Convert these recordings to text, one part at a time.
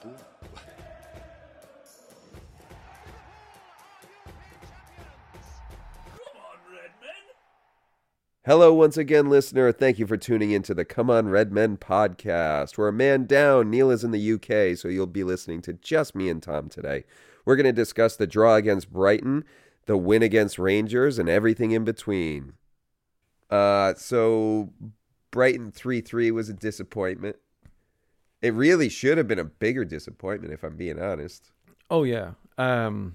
fool. Hello, once again, listener. Thank you for tuning into the Come On Red Men podcast. We're a man down. Neil is in the UK, so you'll be listening to just me and Tom today. We're going to discuss the draw against Brighton, the win against Rangers, and everything in between. Uh, so, Brighton 3 3 was a disappointment. It really should have been a bigger disappointment, if I'm being honest. Oh yeah. Um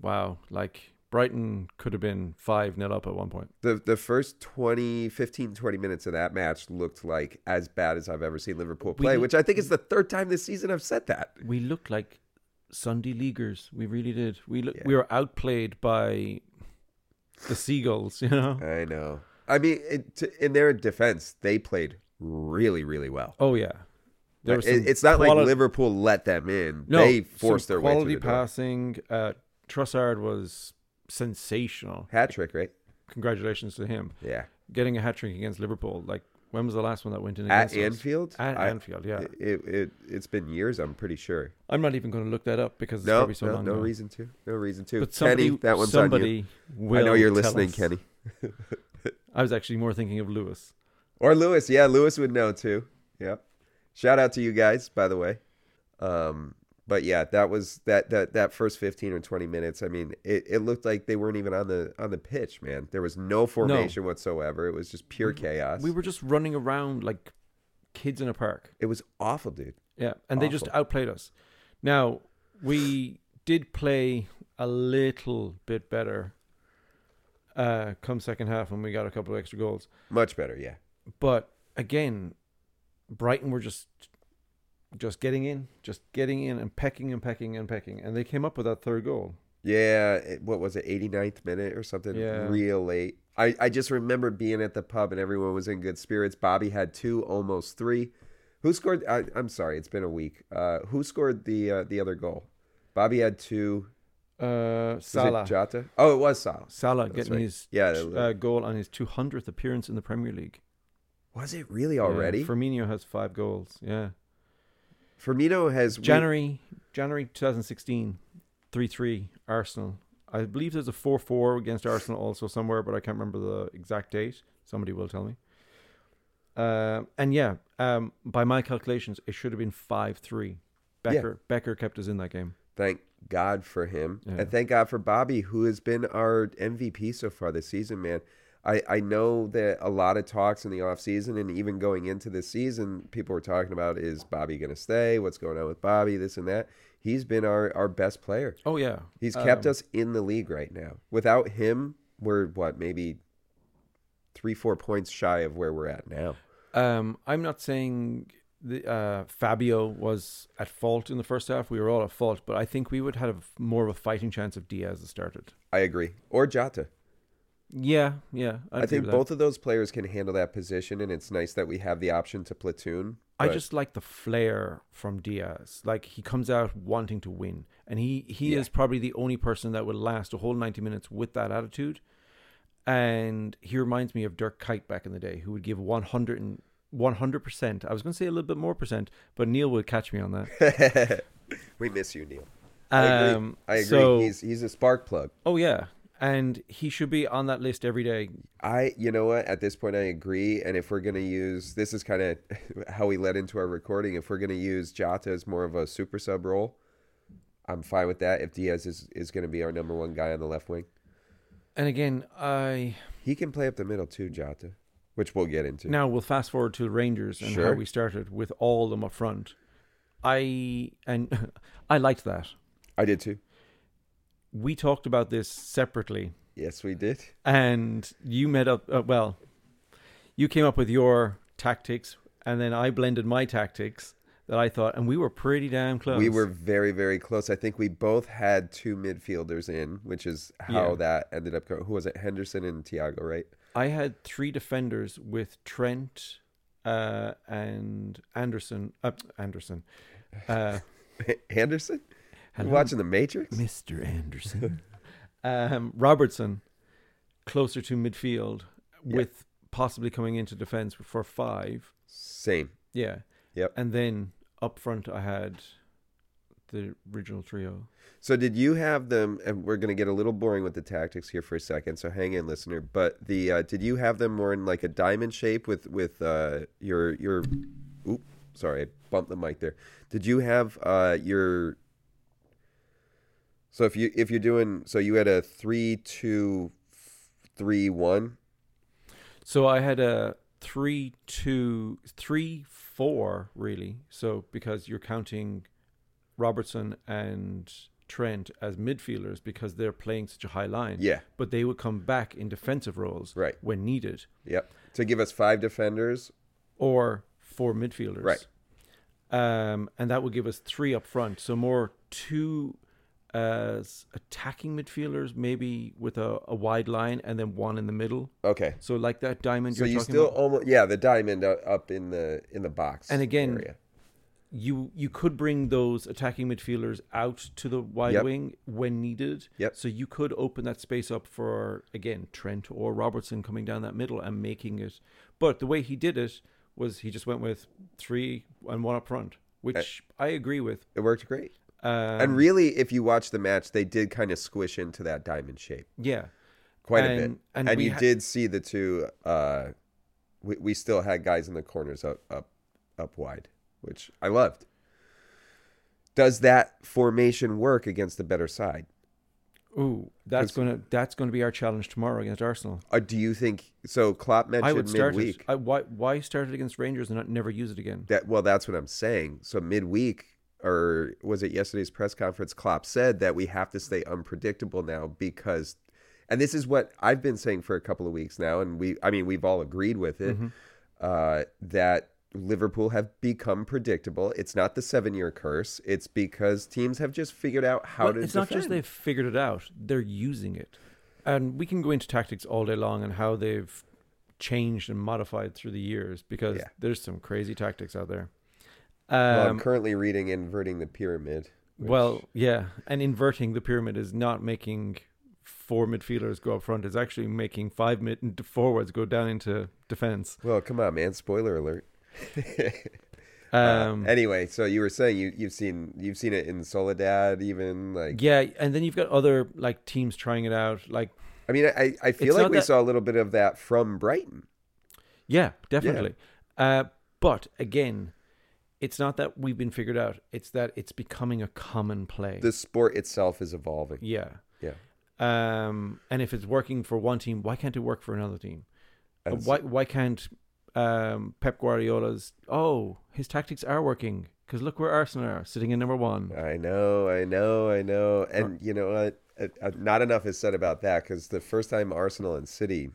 wow, like Brighton could have been 5 nil up at one point. the the first 20 15 20 minutes of that match looked like as bad as i've ever seen liverpool play did- which i think is the third time this season i've said that We looked like Sunday leaguers. We really did. We look, Yeah. we were outplayed by the seagulls, you know. i know i mean it, to, in their defense they played really really well Oh yeah. There was It- some it's not like quali- liverpool let them in No, they forced some their way quality through the door. passing. Uh Trussard was sensational. hat trick right Congratulations to him. yeah Getting a hat trick against Liverpool. Like when was the last one that went in at against us? anfield At I- Anfield, yeah. it, it it's been years i'm pretty sure I'm not even going to look that up because it's no probably so no, long no ago. reason to no reason to But somebody, kenny that one's on you somebody will i know you're tell listening us. kenny I was actually more thinking of Lewis. Or Lewis, yeah, Lewis would know too. Yep. Shout out to you guys, by the way. Um, but yeah, that was that that that first fifteen or twenty minutes. I mean, it, it looked like they weren't even on the on the pitch, man. There was no formation whatsoever. It was just pure chaos. We were just running around like kids in a park. it was awful, dude. Yeah, and they just Awful. outplayed us. Now, we did play a little bit better uh come second half when we got a couple of extra goals. Much better, yeah. But again, Brighton were just just getting in, just getting in and pecking and pecking and pecking and they came up with that third goal. Yeah, it, what was it, 89th minute or something? Yeah. Real late. I, I just remember being at the pub and everyone was in good spirits. Bobby had two, almost three. Who scored? I, I'm sorry, it's been a week. Uh, who scored the uh, the other goal? Bobby had two. Uh Was Salah it Jota? Oh, it was Salah. Salah That's getting right. his Yeah, that was- uh, goal on his 200th appearance in the Premier League. Was it really already? Yeah, Firmino has five goals. Yeah. Firmino has. we- January January 2016, 3-3 Arsenal. I believe there's a 4-4 against Arsenal also somewhere, but I can't remember the exact date. Somebody will tell me. Uh, and yeah, um, by my calculations, it should have been 5-3. Becker Becker kept us in that game. thank God for him. Yeah. And thank God for Bobby, who has been our MVP so far this season, man. I, I know that a lot of talks in the offseason and even going into this season, people were talking about is Bobby going to stay? What's going on with Bobby? This and that. He's been our, our best player. Oh yeah. He's kept Um, us in the league right now. Without him, we're what, maybe three, four points shy of where we're at now. Um, I'm not saying the, uh, Fabio was at fault in the first half. We were all at fault, but I think we would have more of a fighting chance if Diaz had started. I agree. Or Jota. Yeah, yeah. I'd I agree think with that. both of those players can handle that position, and it's nice that we have the option to platoon. I but- just like the flair from Diaz. Like he comes out wanting to win, and he he Yeah. is probably the only person that would last a whole ninety minutes with that attitude. And he reminds me of Dirk Kite back in the day, who would give 100 and 100 percent. I was going to say a little bit more percent, but Neil would catch me on that. we miss you, Neil. I agree. Um, I agree. so- he's he's a spark plug. Oh yeah, and he should be on that list every day. I, you know what? At this point, I agree. And if we're gonna use this is kind of how we led into our recording. If we're gonna use Jota as more of a super sub role, I'm fine with that. If Diaz is is gonna be our number one guy on the left wing, And again, I he can play up the middle too, Jota, which we'll get into. now we'll fast forward to Rangers and how Sure. we started with all of them up front. I and I liked that. I did too. We talked about this separately, Yes, we did. and you met up. Uh, well, you came up with your tactics, and then I blended my tactics that I thought, and we were pretty damn close. We were very, very close. I think we both had two midfielders in, which is how Yeah. that ended up going. Who was it? Henderson and Tiago, right? I had three defenders with Trent uh, and Anderson. Uh, Anderson. Uh, Anderson? You Hello. watching The Matrix? Mr. Anderson. um, Robertson closer to midfield with possibly coming into defense for five. Same. Yeah. Yep. And then up front, I had the original trio. So did you have them? And we're going to get a little boring with the tactics here for a second. So hang in, listener. But the uh, did you have them more in like a diamond shape with with uh, your your? Oop, sorry, I bumped the mic there. Did you have uh, your? So if you if you're doing so, you had a three two three one. So I had a three, two, three, four, really. So because you're counting Robertson and Trent as midfielders because they're playing such a high line. Yeah. But they would come back in defensive roles Right. when needed Yep. To give us five defenders. or four midfielders. Right. Um, and that would give us three up front. So more two uh, s- attacking midfielders, maybe with a, a wide line, and then one in the middle. Okay. So like that diamond So you're you talking still about. almost yeah the diamond uh, up in the in the box And again, area. you you could bring those attacking midfielders out to the wide Yep. wing when needed. Yep. So you could open that space up for again Trent or Robertson coming down that middle and making it. But the way he did it was he just went with three and one up front, which I agree with. it worked great. Um, Eh. and really, if you watch the match, they did kind of squish into that diamond shape yeah, quite a bit. And- And, and we you ha- did see the two. Uh, we we still had guys in the corners up up up wide, which I loved. Does that formation work against the better side? ooh, that's gonna that's gonna be our challenge tomorrow against Arsenal. Or Uh, do you think so? Klopp I mentioned would start midweek. it. I, why why start it against Rangers and not, never use it again? That well, that's what I'm saying. So midweek, or was it yesterday's press conference? Klopp said that we have to stay unpredictable now because, and this is what I've been saying for a couple of weeks now, and we, I mean, we've all agreed with Mm-hmm. it uh, that Liverpool have become predictable. It's not the seven-year curse. It's because teams have just figured out how Well, to. it's not just defend. they've figured it out they're using it and we can go into tactics all day long and how they've changed and modified through the years because Yeah. there's some crazy tactics out there Well, um, I'm currently reading inverting the pyramid. which- well yeah and inverting the pyramid is not making four midfielders go up front it's actually making five mid forwards go down into defense well, come on, man! Spoiler alert. Uh, um, anyway, so you were saying you you've seen you've seen it in Soledad, even like yeah and then you've got other like teams trying it out like I mean, I I feel It's like not we that- saw a little bit of that from Brighton. Yeah, definitely. Uh, but again, it's not that we've been figured out. It's that it's becoming a common play. The sport itself is evolving. yeah. Yeah, Um, and if it's working for one team, why can't it work for another team? Uh, That's- Why why can't um, Pep Guardiola's? Oh, his tactics are working because look where Arsenal are sitting in number one. I know, I know, I know. And you know what? Uh, uh, Not enough is said about that because the first time Arsenal and City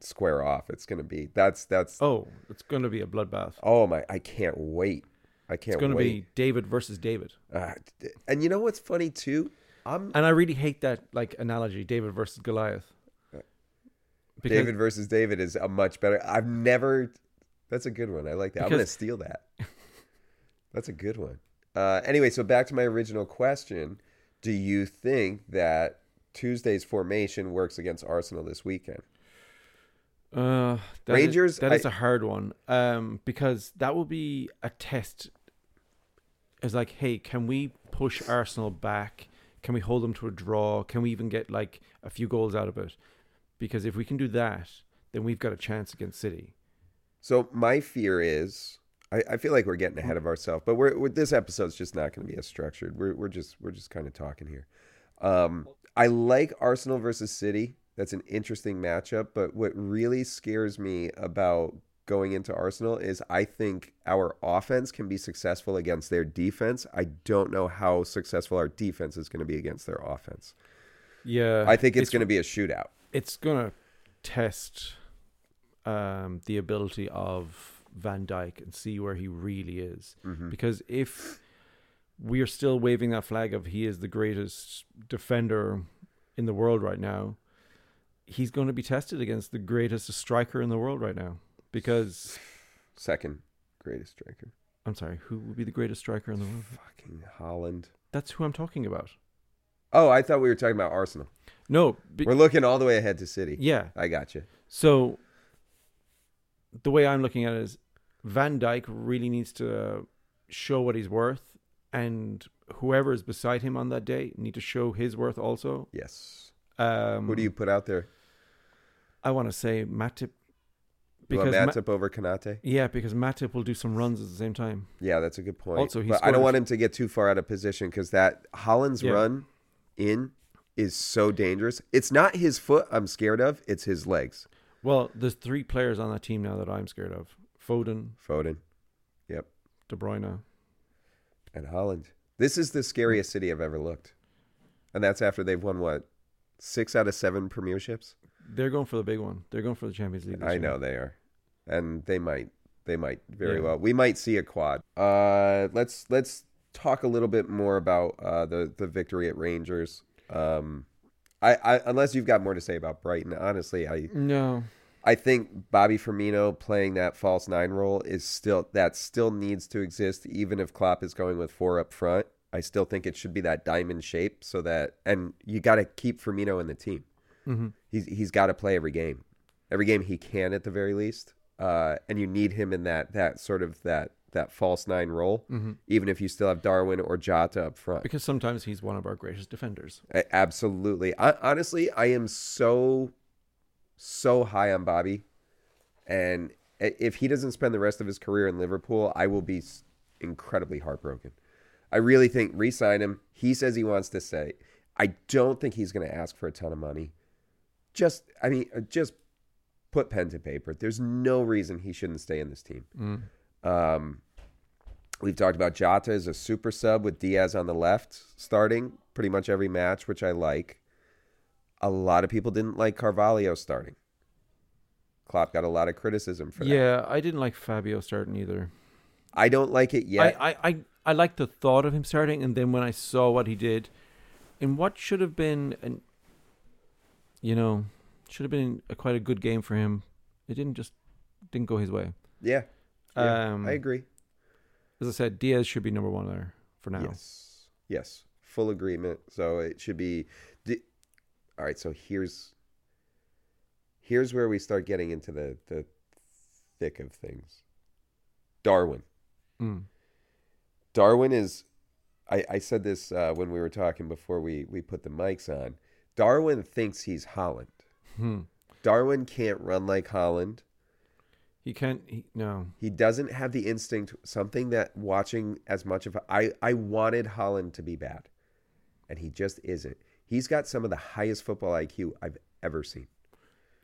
square off, it's going to be that's that's oh, Oh, it's going to be a bloodbath. my! I can't wait. I can't It's going to wait. be David versus David. Ah, d- and you know what's funny too? I'm And I really hate that like analogy, David versus Goliath. Uh, Because- David versus David is a much better. I've never. That's a good one. I like that. I'm gonna Because- steal that. That's a good one. Uh, anyway, so back to my original question: Do you think that Tuesday's formation works against Arsenal this weekend? Uh, that is- Rangers, that I- is a hard one. Um, because that will be a test. It's like, hey, can we push Arsenal back? Can we hold them to a draw? Can we even get like a few goals out of it? Because if we can do that, then we've got a chance against City. So my fear is, I, I feel like we're getting ahead of ourselves, but we're, we're this episode's just not going to be as structured. We're we're just we're just kind of talking here. Um, I like Arsenal versus City. That's an interesting matchup. But what really scares me about going into Arsenal is I think our offense can be successful against their defense. I don't know how successful our defense is going to be against their offense. Yeah, I think it's going to be a shootout. it's gonna test um, the ability of Van Dyke and see where he really is. Mm-hmm. Because if we are still waving that flag of he is the greatest defender in the world right now, he's going to be tested against the greatest striker in the world right now. Because Second greatest striker, I'm sorry, who would be the greatest striker in the world? fucking Holland. That's who I'm talking about. Oh, I thought we were talking about Arsenal. No, be- We're looking all the way ahead to City. yeah. I got you. So the way I'm looking at it is Van Dyke really needs to show what he's worth and whoever is beside him on that day need to show his worth also. Yes. Um, Who do you put out there? I want to say Matip You want because Ma- Matip over Kanate? yeah, because Matip will do some runs at the same time. Yeah, that's a good point. Also, he but I don't scored- want him to get too far out of position because that Holland's Yeah. run in is so dangerous. It's not his foot I'm scared of; it's his legs. Well, there's three players on that team now that I'm scared of: Foden, Foden, yep, De Bruyne. and Holland. This is the scariest city I've ever looked, and that's after they've won what six out of seven premierships. They're going for the big one. They're going for the Champions League. This I year. know they are, and they might, they might very Yeah. well. We might see a quad. Uh, let's let's talk a little bit more about uh, the the victory at Rangers. Um, I, I unless you've got more to say about Brighton, honestly, I No, I think Bobby Firmino playing that false nine role is still that still needs to exist, even if Klopp is going with four up front. I still think it should be that diamond shape, so that and you got to keep Firmino in the team. Mhm. He's he's got to play every game, every game he can at the very least. Uh, and you need him in that that sort of that that false nine role, even if you still have Darwin or Jota up front. because sometimes he's one of our greatest defenders. A- Absolutely. I, honestly, I am so, so high on Bobby, and i- if he doesn't spend the rest of his career in Liverpool, I will be s- incredibly heartbroken. I really think re-sign him. He says he wants to stay. I don't think he's going to ask for a ton of money. Just, I mean, uh, just put pen to paper. There's no reason he shouldn't stay in this team. Mm. Um, We've talked about Jota as a super sub with Diaz on the left, starting pretty much every match, which I like. A lot of people didn't like Carvalho starting. Klopp got a lot of criticism for that. Yeah, I didn't like Fabio starting either. I don't like it yet. I, I, I, I liked the thought of him starting, and then when I saw what he did, in what should have been, an, you know, should have been a, quite a good game for him, it didn't just didn't go his way. yeah, yeah, um, I agree. As I said, Diaz should be number one there for now. Yes, yes, full agreement. So it should be. di- All right, so here's here's where we start getting into the the thick of things. Darwin. Mm. Darwin is. I, I said this uh, when we were talking before we, we put the mics on. Darwin thinks he's Holland. Hmm. Darwin can't run like Holland. He can't. He, no. He doesn't have the instinct. Something that watching as much of I I wanted Holland to be bad, and he just isn't. He's got some of the highest football IQ I've ever seen.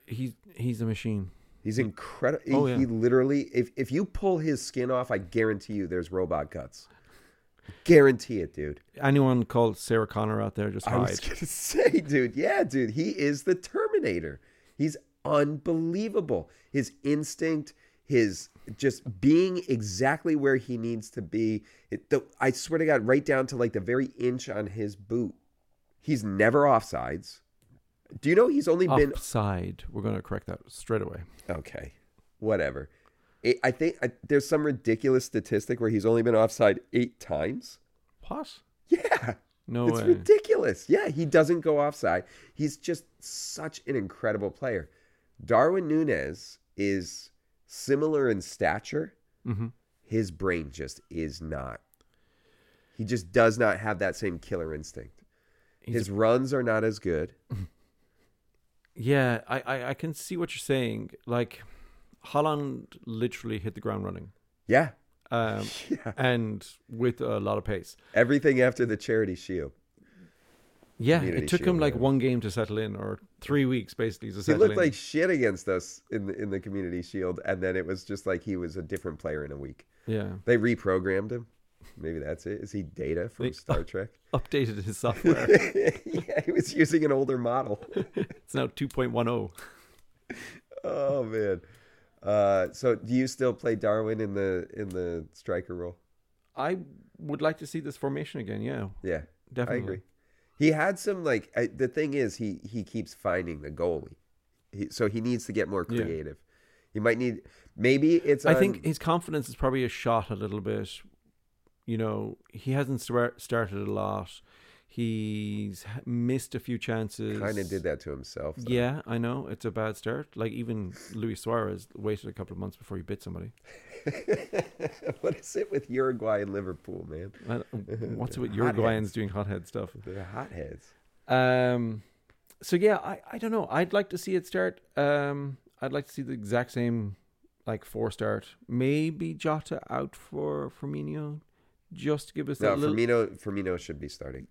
He's he's a machine. He's incredible. Oh, He yeah. literally, if if you pull his skin off, I guarantee you there's robot cuts. Guarantee it, dude. Anyone called Sarah Connor out there just I was hide. gonna say, dude, yeah, dude, he is the Terminator. He's unbelievable. His instinct, his just being exactly where he needs to be. It, the, I swear to God, right down to like the very inch on his boot. He's never offsides. Do you know he's only Oh. been Upside. We're going to correct that straight away. okay, whatever. It, I think I, there's some ridiculous statistic where he's only been offside eight times. What? Yeah. No it's way. ridiculous. Yeah, he doesn't go offside. He's just such an incredible player. Darwin Nunez is similar in stature. hmm His brain just is not. He just does not have that same killer instinct. He's His runs are not as good. Yeah, I, I, I can see what you're saying. Like, Holland literally hit the ground running, Yeah. um, Yeah. and with a lot of pace. Everything after the charity shield. Yeah, Community it took him Shield, like yeah. one game to settle in, or three weeks basically to He settle looked in. like shit against us in the, in the community shield and then it was just like he was a different player in a week. yeah, They reprogrammed him. Maybe that's it. Is he data from They- Star Trek? updated his software. yeah, he was using an older model. it's now 2.10. Oh man. Uh, so do you still play Darwin in the in the striker role? I would like to see this formation again. Yeah, Yeah, definitely. I agree. He had some like I, the thing is he he keeps finding the goalie, he, so he needs to get more Yeah. creative. He might need maybe it's I on- think his confidence is probably a shot a little bit. You know, he hasn't swear- started a lot. He's h- missed a few chances. Kind of did that to himself. though. Yeah, I know. It's a bad start. Like even Luis Suarez waited a couple of months before he bit somebody. what is it with Uruguay and Liverpool, man? I- What's it with Uruguayans doing hothead stuff? They're hotheads. Um, so yeah, I, I don't know. I'd like to see it start. Um, I'd like to see the exact same like four start. Maybe Jota out for Firmino, just to give us No, that little, Firmino, Firmino should be starting.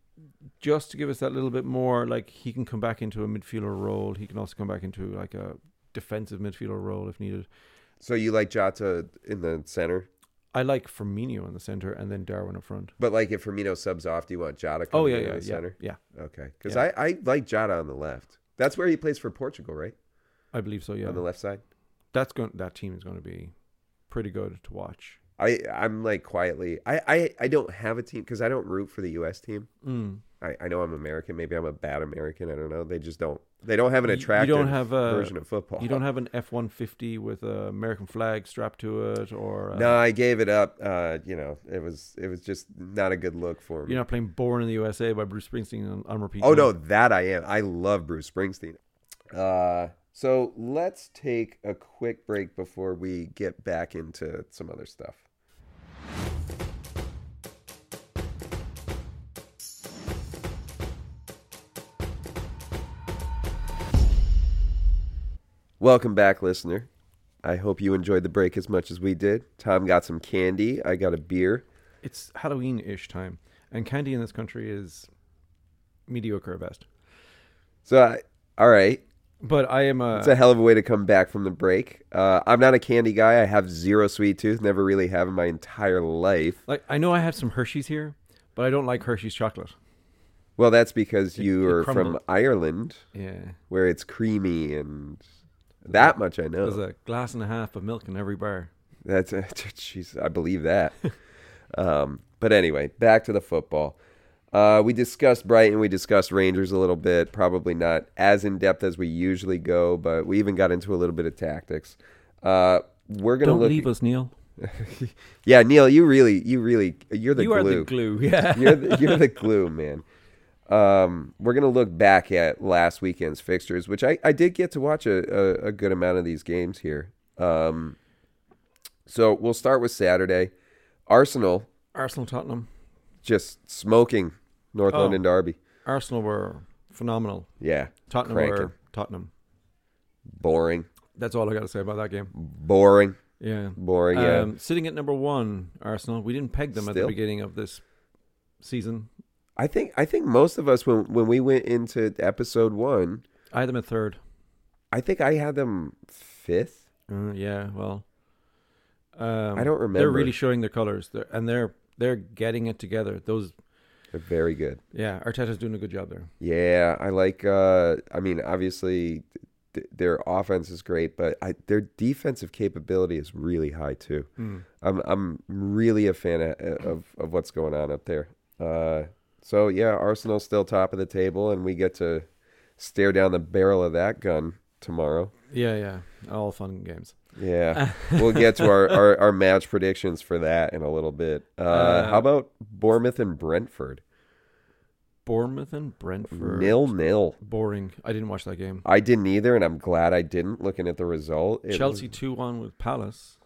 just to give us that little bit more. Like he can come back into a midfielder role. He can also come back into like a defensive midfielder role if needed. So you like Jota in the center, I like Firmino in the center and then Darwin up front. but like if Firmino subs off, do you want Jota? Oh coming yeah, in yeah, the yeah, center? yeah. Okay, because Yeah. I, I like Jota on the left. That's where he plays for Portugal, right? I believe so. Yeah, On the left side. that's going. That team is going to be pretty good to watch. I I'm like quietly. I I, I don't have a team because I don't root for the U.S. team. Mm. I, I know I'm American. Maybe I'm a bad American. I don't know. They just don't. They don't have an You- you attractive don't have a- version of football. You don't have an F one fifty with an American flag strapped to it, or uh, No, I gave it up. Uh, you know, it was it was just not a good look for me. you're not playing "Born in the USA" by Bruce Springsteen on, on repeat. oh no, that I am. I love Bruce Springsteen. Uh, so let's take a quick break before we get back into some other stuff. Welcome back, listener. I hope you enjoyed the break as much as we did. Tom got some candy. I got a beer. it's Halloween-ish time, and candy in this country is mediocre at best. So, I, all right. But I am a It's a hell of a way to come back from the break. Uh, I'm not a candy guy. I have zero sweet tooth. Never really have in my entire life. like I know I have some Hershey's here, but I don't like Hershey's chocolate. Well, that's because you it are from crumbled. Ireland, Yeah, where it's creamy and that much I know. there's a glass and a half of milk in every bar. That's jeez, I believe that. um, but anyway, back to the football. Uh, we discussed Brighton, we discussed Rangers a little bit. Probably not as in depth as we usually go, but we even got into a little bit of tactics. Uh, we're gonna Don't look. leave us, Neil. Yeah, Neil, you really, you really, you're the you glue. are the glue. Yeah. you're, the, you're the glue, man. Um, we're gonna look back at last weekend's fixtures, which I, I did get to watch a, a, a good amount of these games here. Um, so we'll start with Saturday. Arsenal Arsenal, Tottenham. just smoking North Oh. London Derby. Arsenal were phenomenal. Yeah, Tottenham Cranking. were Tottenham. boring, That's all I got to say about that game. boring, Yeah. boring. Yeah, Um, sitting at number one, Arsenal. We didn't peg them at the Still. beginning of this season. I think I think most of us when when we went into episode one, I had them at third. I think I had them fifth. Uh, yeah. Well, um, I don't They're remember. really showing their colors, they're, and they're they're getting it together. Those, They're very good. yeah. Arteta's doing a good job there. Yeah, I like. Uh, I mean, obviously, th- their offense is great, but I, their defensive capability is really high too. I'm I'm really a fan of, of of what's going on up there. Uh, so yeah, Arsenal's still top of the table, and we get to stare down the barrel of that gun tomorrow. Yeah, yeah. All fun and games. Yeah, we'll get to our, our, our match predictions for that in a little bit. Uh, how about Bournemouth and Brentford? Bournemouth and Brentford. Nil nil. Boring. I didn't watch that game. I didn't either, and I'm glad I didn't. Looking at the result, it Chelsea was- two one with Palace.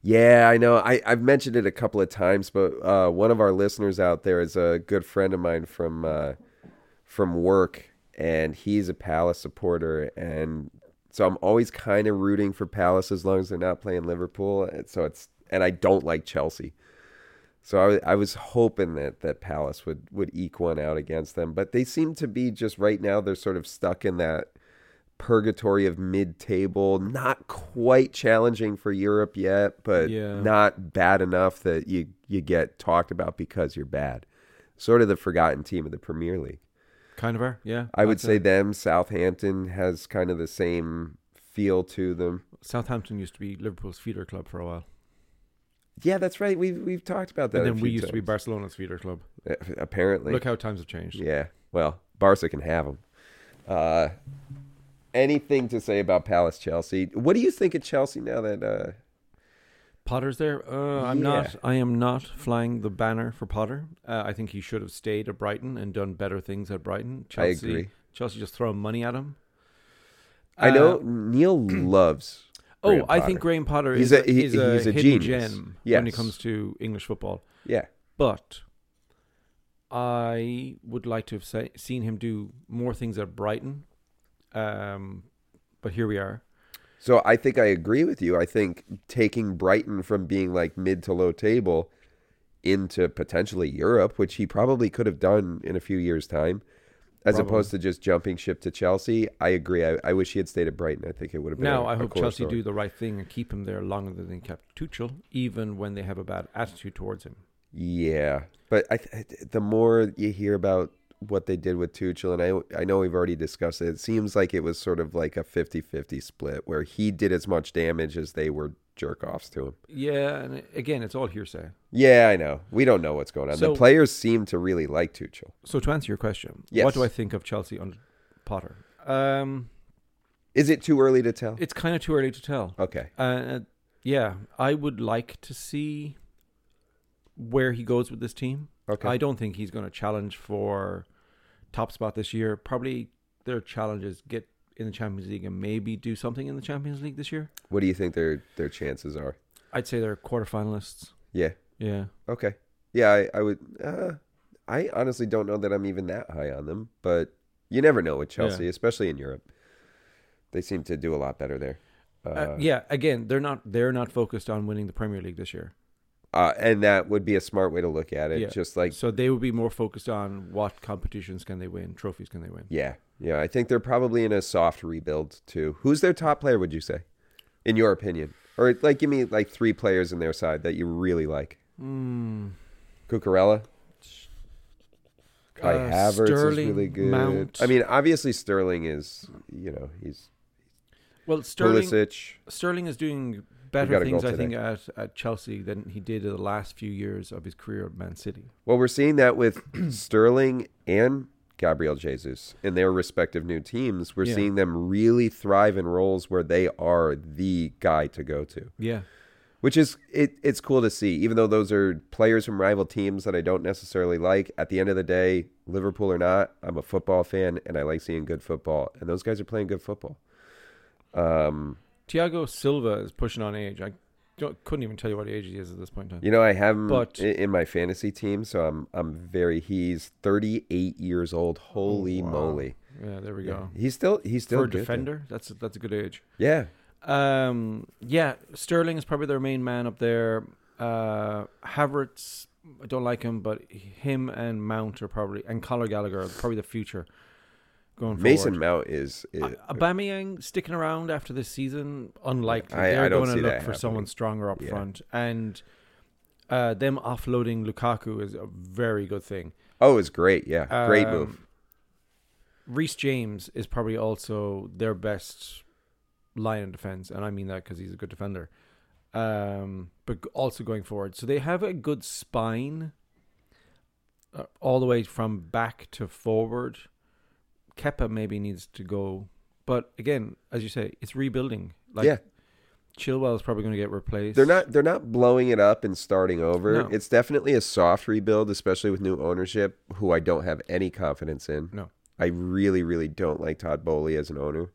yeah, I know. I, I've mentioned it a couple of times, but uh, one of our listeners out there is a good friend of mine from uh, from work, and he's a Palace supporter, and so I'm always kind of rooting for Palace as long as they're not playing Liverpool. And so it's and I don't like Chelsea. So I, wa- I was hoping that, that Palace would, would eke one out against them, but they seem to be just right now they're sort of stuck in that purgatory of mid table, not quite challenging for Europe yet, but Yeah. not bad enough that you, you get talked about because you're bad. Sort of the forgotten team of the Premier League. Kind of are. Yeah. I would that's say it. them. Southampton has kind of the same feel to them. Uh, Southampton used to be Liverpool's feeder club for a while. Yeah, that's right. We've we've talked about that. And a then we few used to be times. Barcelona's feeder club. Uh, Apparently, Look how times have changed. yeah. Well, Barca can have them. Uh, anything to say about Palace Chelsea? What do you think of Chelsea now that uh, Potter's there. Uh, I'm not. I am not flying the banner for Potter. Uh, I think he should have stayed at Brighton and done better things at Brighton. I Chelsea, agree. Chelsea just throwing money at him. I know Uh, Neil loves. Oh, Graham I think Potter. Graham Potter is He's a- a, he- is a, he's a hidden genius. gem when Yes. it comes to English football. Yeah, But I would like to have say, seen him do more things at Brighton. Um, but here we are. so I think I agree with you. I think taking Brighton from being like mid to low table into potentially Europe, which he probably could have done in a few years' time, as Probably. opposed to just jumping ship to Chelsea. I agree. I, I wish he had stayed at Brighton. I think it would have been. Now I I hope Chelsea do the right thing and keep him there longer than they kept Tuchel, even when they have a bad attitude towards him. Yeah, but I th- I- the more you hear about what they did with Tuchel, and I I know we've already discussed it. It seems like it was sort of like a 50-50 split where he did as much damage as they were jerk offs to him. Yeah, and again, it's all hearsay. Yeah, I know. We don't know what's going on. So- the players seem to really like Tuchel. So to answer your question, Yes. what do I think of Chelsea under Potter? Um, Is it too early to tell? it's kind of too early to tell. okay. Uh, yeah, I would like to see where he goes with this team. Okay. I don't think he's going to challenge for top spot this year. Probably their challenge is get in the Champions League and maybe do something in the Champions League this year. What do you think their their chances are? I'd say they're quarterfinalists. Yeah. Yeah. Okay. Yeah, I, I would. Uh, I honestly don't know that I'm even that high on them, but you never know with Chelsea, especially in Europe. They seem to do a lot better there. Uh, Uh, yeah, again, they're not they're not focused on winning the Premier League this year. uh, and that would be a smart way to look at it. Yeah. Just like, So they would be more focused on what competitions can they win, trophies can they win. yeah, yeah. I think they're probably in a soft rebuild too. Who's their top player? Would you say, in your opinion, or like give me like three players in their side that you really like? Mm. Cucurella. Kai Uh, Havertz Sterling, is really good. Mount. I mean, obviously Sterling is, you know, he's Well, Sterling Pulisic. Sterling is doing got better a things, goal I think, at, at Chelsea than he did in the last few years of his career at Man City. Well, we're seeing that with Sterling and Gabriel Jesus in their respective new teams. We're Yeah. seeing them really thrive in roles where they are the guy to go to, Yeah, which is it, it's cool to see. Even though those are players from rival teams that I don't necessarily like, at the end of the day, Liverpool or not, I'm a football fan and I like seeing good football. And those guys are playing good football. Um, Thiago Silva is pushing on age. I don't, couldn't even tell you what age he is at this point in time. you know, I have him But- i- in my fantasy team, so I'm I'm very. He's 38 years old. Holy Wow. moly! Yeah, there we Yeah. go. He's still he's still For a good, though. defender, that's a, that's a good age. Yeah. Um, yeah, Sterling is probably their main man up there. Uh, Havertz, I don't like him, but him and Mount are probably and Conor Gallagher are probably the future going forward. Mason Mount is, is A- Aubameyang sticking around after this season, unlikely. I- I They're don't going to see look that for happening. someone stronger up Yeah. front, and uh, them offloading Lukaku is a very good thing. oh is great. Yeah. great Um, move. Reese James is probably also their best line of defense, and I mean that because he's a good defender. Um, but g- also going forward, so they have a good spine, uh, all the way from back to forward. Keppa maybe needs to go, but again, as you say, it's rebuilding. Like Yeah. Chilwell is probably going to get replaced. They're not they're not blowing it up and starting over. No. It's definitely a soft rebuild, especially with new ownership, who I don't have any confidence in. No. I really, really don't like Todd Bowley as an owner.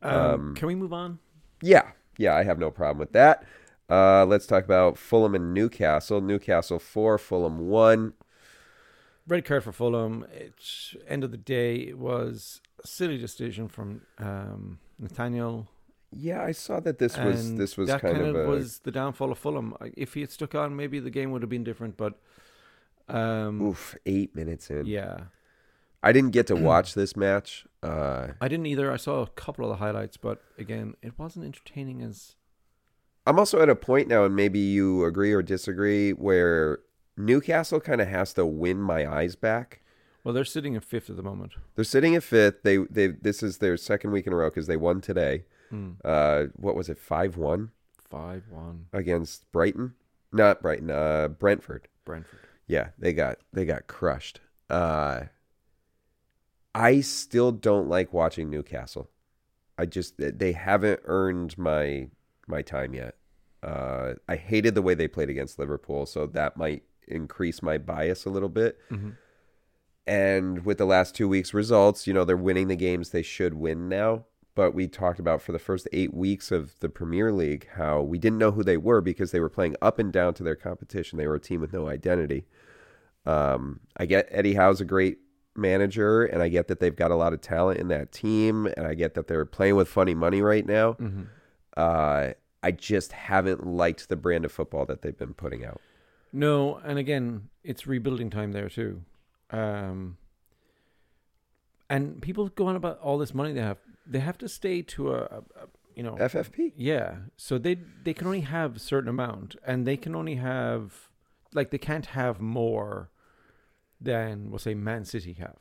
Um, um, can we move on? Yeah, yeah, I have no problem with that. Uh, let's talk about Fulham and Newcastle. Newcastle four, Fulham one. Red card for Fulham. It's end of the day. It was a silly decision from um, Nathaniel. Yeah, I saw that this was and this was that kind, of, a, was the downfall of Fulham. I- If he had stuck on, maybe the game would have been different. But um, oof eight minutes in. yeah, I didn't get to watch this match. Uh, I didn't either. I saw a couple of the highlights, but again, it wasn't entertaining as I'm also at a point now, and maybe you agree or disagree, where Newcastle kind of has to win my eyes back. well. They're sitting in fifth at the moment. They're sitting at fifth. They they this is their second week in a row because they won today. Uh, what was it, five one Five one against Brighton? Not Brighton, uh, Brentford. Brentford. Yeah, they got they got crushed. Uh, I still don't like watching Newcastle. I just they haven't earned my my time yet. Uh, I hated the way they played against Liverpool, so that might increase my bias a little bit. Mhm. And with the last two weeks' results, you know, they're winning the games they should win now. But we talked about for the first eight weeks of the Premier League how we didn't know who they were because they were playing up and down to their competition. They were a team with no identity. Um, I get Eddie Howe's a great manager, and I get that they've got a lot of talent in that team, and I get that they're playing with funny money right now. Uh, I just haven't liked the brand of football that they've been putting out. No, and again, it's rebuilding time there too. Um, and people go on about all this money they have. They have to stay to a, a, a you know, FFP. yeah. So they they can only have a certain amount, and they can only have like they can't have more than we'll say Man City have,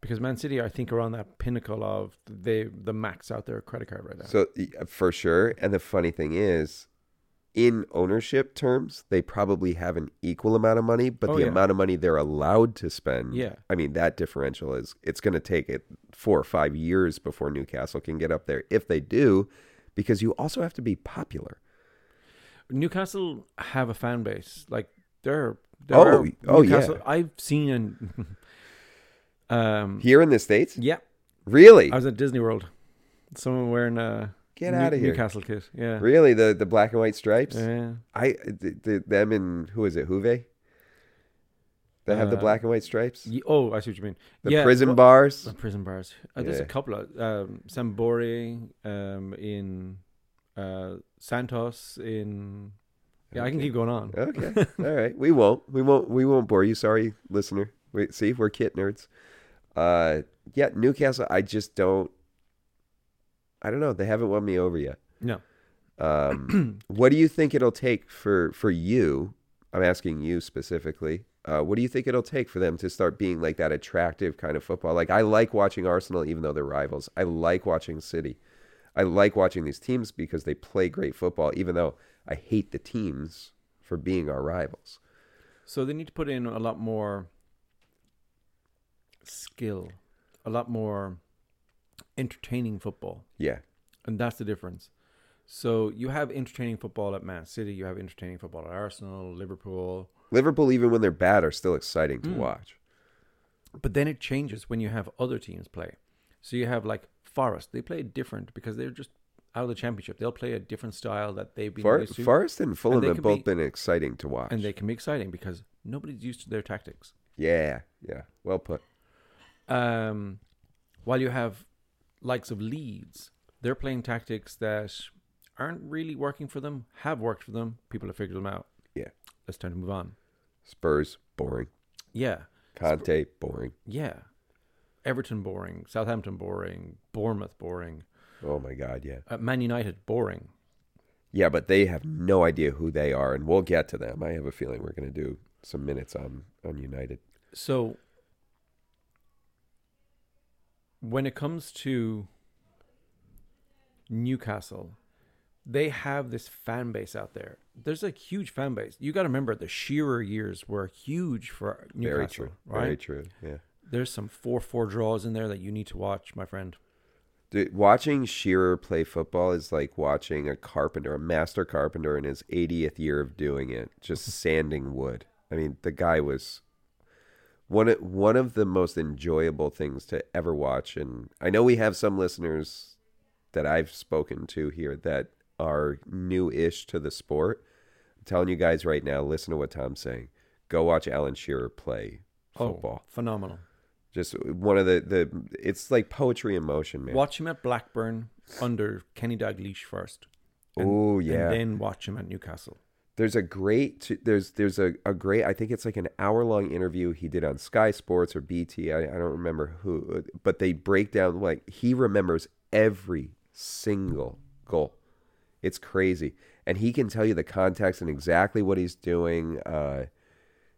because Man City I think are on that pinnacle of they the max out their credit card right now. So y- uh, for sure. And the funny thing is, in ownership terms, they probably have an equal amount of money, but Oh, the yeah. amount of money they're allowed to spend. Yeah. I mean, that differential is it's going to take it four or five years before Newcastle can get up there if they do, because you also have to be popular. Newcastle have a fan base. Like they're, there Oh, are oh, Newcastle- yeah. I've seen an um Here in the States, yeah. really, I was at Disney World. Someone wearing a Get New- outta here. Newcastle kit. Yeah. really the the black and white stripes. Yeah. I th- th- them and who is it? Juve. That have the Uh, black and white stripes. Ye- Oh, I see what you mean. The yeah, prison well, bars. the prison bars. Uh, there's Yeah. a couple of um, Sambori um, in uh, Santos in. Yeah, I can Okay. keep going on. Okay. All right. We won't. We won't. We won't bore you. Sorry, listener. Wait. See, we're kit nerds. Uh, yeah. Newcastle. I just don't. I don't know. They haven't won me over yet. No. Um, what do you think it'll take for for you? I'm asking you specifically. Uh, what do you think it'll take for them to start being like that attractive kind of football? Like I like watching Arsenal, even though they're rivals. I like watching City. I like watching these teams because they play great football, even though I hate the teams for being our rivals. So they need to put in a lot more skill, a lot more entertaining football, Yeah. and that's the difference. So you have entertaining football at Man City, you have entertaining football at Arsenal, Liverpool, Liverpool, even when they're bad, are still exciting Hmm. to watch. but then it changes when you have other teams play. So you have like Forest, they play different because they're just out of the championship. They'll play a different style that they've been Far- used to, Forest and Fulham they have could both be- been exciting to watch. and they can be exciting because nobody's used to their tactics. yeah. Yeah. Well put. um, while you have likes of Leeds, they're playing tactics that aren't really working for them, have worked for them. People have figured them out. Yeah. It's time to move on. Spurs, boring. Yeah. Conte, boring. Yeah. Everton boring, Southampton boring, Bournemouth boring, Oh my God, yeah. uh, Man United boring. Yeah, but they have no idea who they are, and we'll get to them. I have a feeling we're going to do some minutes on, on United. So when it comes to Newcastle, they have this fan base out there. There's a huge fan base. You got to remember the Shearer years were huge for Newcastle, Very true. right? Very true. Yeah. There's some 4-4 draws in there that you need to watch, my friend. Dude, watching Shearer play football is like watching a carpenter, a master carpenter in his 80th year of doing it, just sanding wood. I mean, the guy was one of, one of the most enjoyable things to ever watch and I know we have some listeners that I've spoken to here that are new-ish to the sport. I'm telling you guys right now, listen to what Tom's saying. Go watch Alan Shearer play football. Oh, phenomenal. Just one of the, the it's like poetry in motion, man. Watch him at Blackburn under Kenny Dalglish first. and- oh yeah. And then watch him at Newcastle. there's a great there's there's a, a great i think it's like an hour long interview he did on sky sports or bt I, I don't remember who but they break down like he remembers every single goal it's crazy and he can tell you the context and exactly what he's doing uh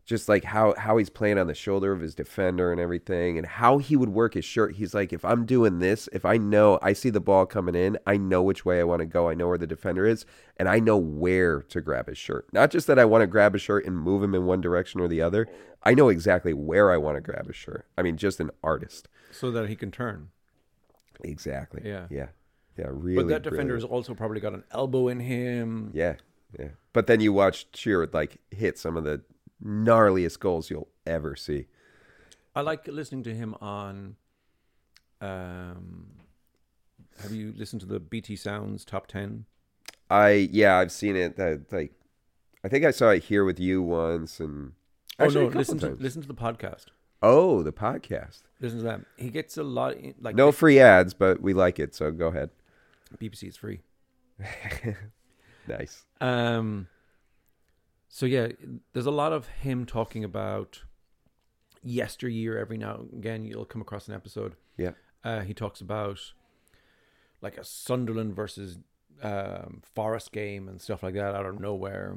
just like how how he's playing on the shoulder of his defender and everything and how he would work his shirt he's like if i'm doing this if i know i see the ball coming in i know which way i want to go i know where the defender is and i know where to grab his shirt not just that i want to grab his shirt and move him in one direction or the other i know exactly where i want to grab his shirt i mean just an artist So that he can turn. exactly Yeah. yeah Yeah, really. but that defender brilliant. has also probably got an elbow in him. Yeah, yeah. But then you watch Shearer like hit some of the gnarliest goals you'll ever see. I like listening to him on. Um, have you listened to the BT Sounds Top Ten? I yeah, I've seen it. That like, I think I saw it here with you once, and actually, oh a no, couple listen to times. listen to the podcast. oh the podcast. Listen to that. He gets a lot in- like No free ads, but we like it, so go ahead. BBC is free. Nice. Um, so yeah, there's a lot of him talking about yesteryear. Every now and again, you'll come across an episode. Yeah. uh, he talks about like a Sunderland versus um, Forest game and stuff like that out of nowhere.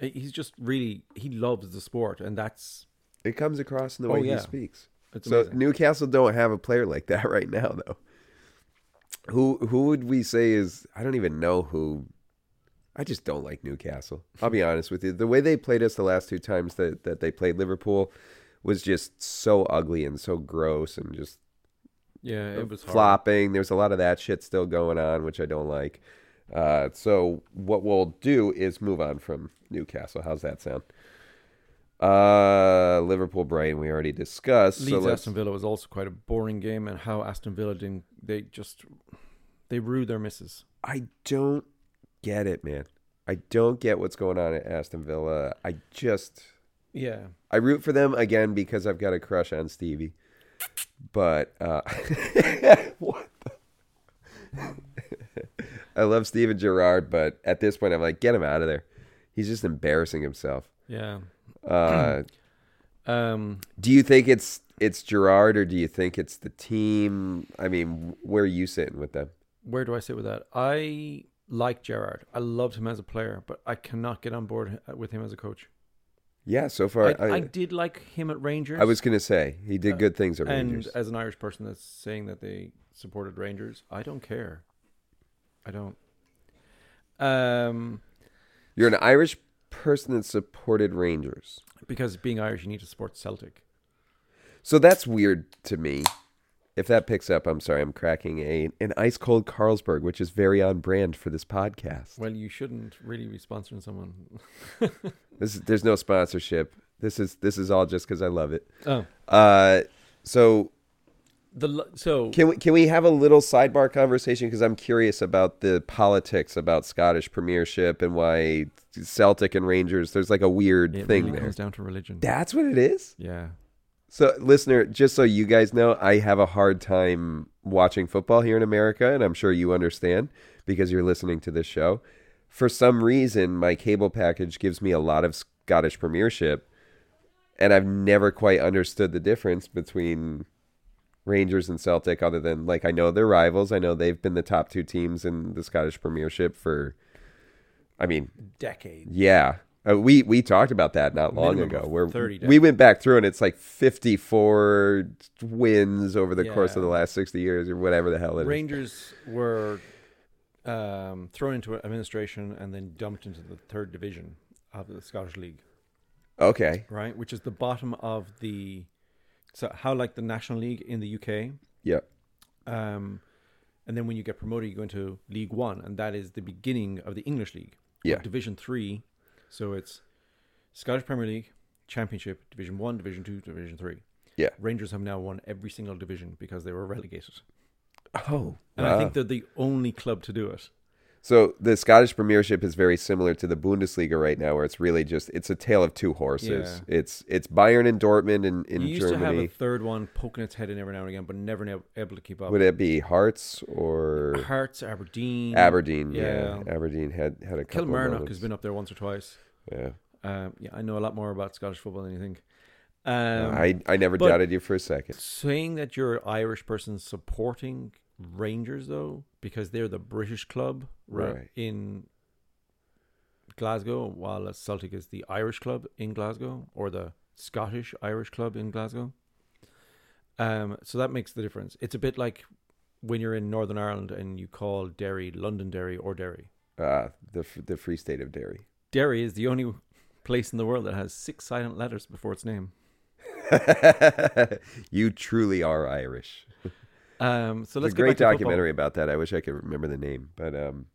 He- He's just really he loves the sport, and that's It comes across in the Oh, way he yeah. speaks. it's so amazing. Newcastle don't have a player like that right now, though. Who who would we say is? I don't even know who. I just don't like Newcastle. I'll be honest with you. The way they played us the last two times that that they played Liverpool was just so ugly and so gross and just yeah, it was hard. flopping. There's a lot of that shit still going on, which I don't like. Uh, so what we'll do is move on from Newcastle. How's that sound? Uh, Liverpool, Brighton. We already discussed. so Leeds let's- Aston Villa was also quite a boring game, and how Aston Villa didn't they just they rue their misses. I don't get it, man. I don't get what's going on at Aston Villa. I just Yeah, I root for them again because I've got a crush on Stevie. But uh what the I love Steven Gerrard, but at this point I'm like, get him out of there. He's just embarrassing himself. yeah. Uh Um, do you think it's it's Gerrard or do you think it's the team? I mean, where are you sitting with them? where do I sit with that? I like Gerard. I loved him as a player, but I cannot get on board h- with him as a coach. Yeah, so far I, I, I I, did like him at Rangers. was gonna say he did good things at and Rangers. as an Irish person that's saying that they supported Rangers, I don't care. I don't. Um, You're an Irish person that supported Rangers. because being Irish, you need to support Celtic. So that's weird to me. If that picks up, I'm sorry, I'm cracking a an ice cold Carlsberg, which is very on brand for this podcast. Well, you shouldn't really be sponsoring someone. This is, there's no sponsorship. This is this is all just because I love it. oh, Uh, so the l- so can we can we have a little sidebar conversation because I'm curious about the politics about Scottish Premiership and why Celtic and Rangers. There's like a weird it thing really there. comes down to religion. That's what it is. yeah, So, listener, just so you guys know, I have a hard time watching football here in America, and I'm sure you understand because you're listening to this show. For some reason, my cable package gives me a lot of Scottish Premiership, and I've never quite understood the difference between Rangers and Celtic, other than like I know they're rivals. I know they've been the top two teams in the Scottish Premiership for, I mean, decade. yeah. Uh, we we talked about that not long Minimum ago. of Where 30 we went back through and it's like 54 wins over the course of Yeah. the last 60 years or whatever the hell it is. Rangers were um, thrown into administration and then dumped into the third division of the Scottish League, Okay. right? Which is the bottom of the so how like the National League in the UK. Yep. Um, and then when you get promoted, you go into League One, and that is the beginning of the English League. Yeah. Division Three. So it's Scottish Premier League, Championship, Division One, Division Two, Division Three. Yeah. Rangers have now won every single division because they were relegated. Oh. And I think they're the only club to do it. So the Scottish Premiership is very similar to the Bundesliga right now where it's really just it's a tale of two horses. It's it's Bayern and Dortmund in in You used to have a Germany. third one poking its head in every now and again, but never na- able to keep up. Would it be Hearts or Hearts, Aberdeen, Aberdeen? Yeah. Yeah. Aberdeen had had a couple Kilmarnock of has moments. been up there once or twice. Yeah. Um, yeah, I know a lot more about Scottish football than you think. Um, I I never but- doubted you for a second. saying that you're an Irish person supporting Rangers though, because they're the British club ra- Right. in Glasgow, while Celtic is the Irish club in Glasgow or the Scottish Irish club in Glasgow. Um, so that makes the difference. It's a bit like when you're in Northern Ireland and you call Derry Londonderry or Derry. Uh the f- the Free State of Derry. Derry is the only place in the world that has six silent letters before its name. you truly are Irish. Um, so There's let's a get great back to football. documentary about that. I wish I could remember the name, but um,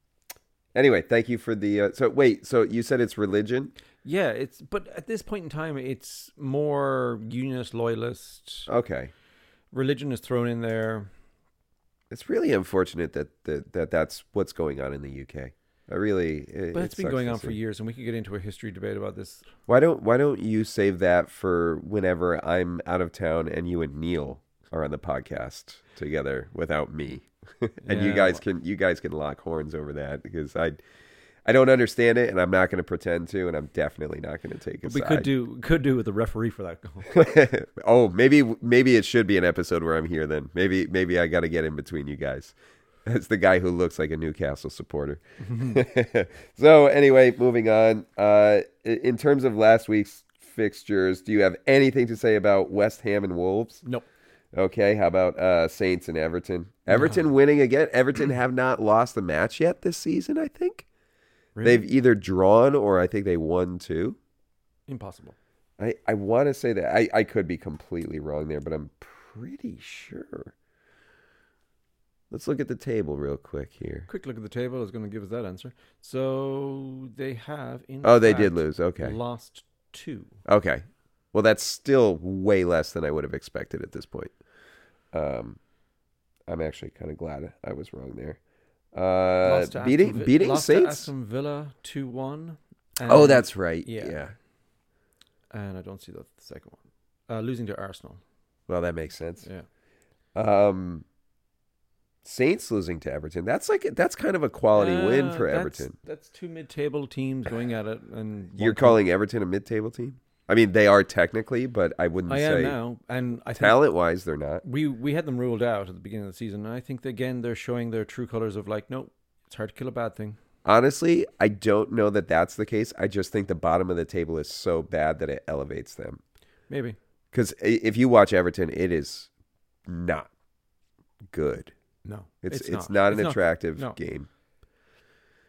anyway, thank you for the. Uh, so wait, so you said it's religion? Yeah, it's but at this point in time, it's more unionist, loyalist. Okay, Religion is thrown in there. it's really unfortunate that that, that that's what's going on in the UK. I really, it, But it it's been sucks going to on for see. years, and we could get into a history debate about this. Why don't Why don't you save that for whenever I'm out of town and you and Neil are on the podcast together without me, and you Yeah. guys can you guys can lock horns over that because I. I don't understand it, and I'm not going to pretend to, and I'm definitely not going to take a But we could side. do could do with a referee for that goal. oh, maybe maybe it should be an episode where I'm here then. Maybe maybe I got to get in between you guys. That's the guy who looks like a Newcastle supporter. so anyway, moving on. Uh, i- in terms of last week's fixtures, do you have anything to say about West Ham and Wolves? nope. Okay, how about uh, Saints and Everton? Everton winning again. Everton have not lost a match yet this season. I think Really? they've either drawn or I think they won two. Impossible. I, I want to say that I, I could be completely wrong there, but I'm pretty sure. Let's look at the table real quick here. Quick look at the table is going to give us that answer. So they have in Oh, they did fact, lose. Okay. lost two. Okay. Well, that's still way less than I would have expected at this point. Um, I'm actually kind of glad I was wrong there. Uh, Lost to beating Aston Vi- beating lost to Saints. Aston Villa two one. Oh, that's right. Yeah. yeah. and I don't see the second one. Uh, losing to Arsenal. Well, that makes sense. Yeah. Um, Saints losing to Everton. That's like that's kind of a quality win Uh, for that's- Everton. That's two mid-table teams going at it, and You're one- calling Everton a mid-table team? I mean, they are technically, but I wouldn't Oh, I am say now, and I think talent-wise they're not. we we had them ruled out at the beginning of the season. And I think again they're showing their true colors of like, no, it's hard to kill a bad thing. Honestly, I don't know that that's the case. I just think the bottom of the table is so bad that it elevates them. Maybe Because if you watch Everton, it is not good. no, It's it's, not an It's attractive No. game.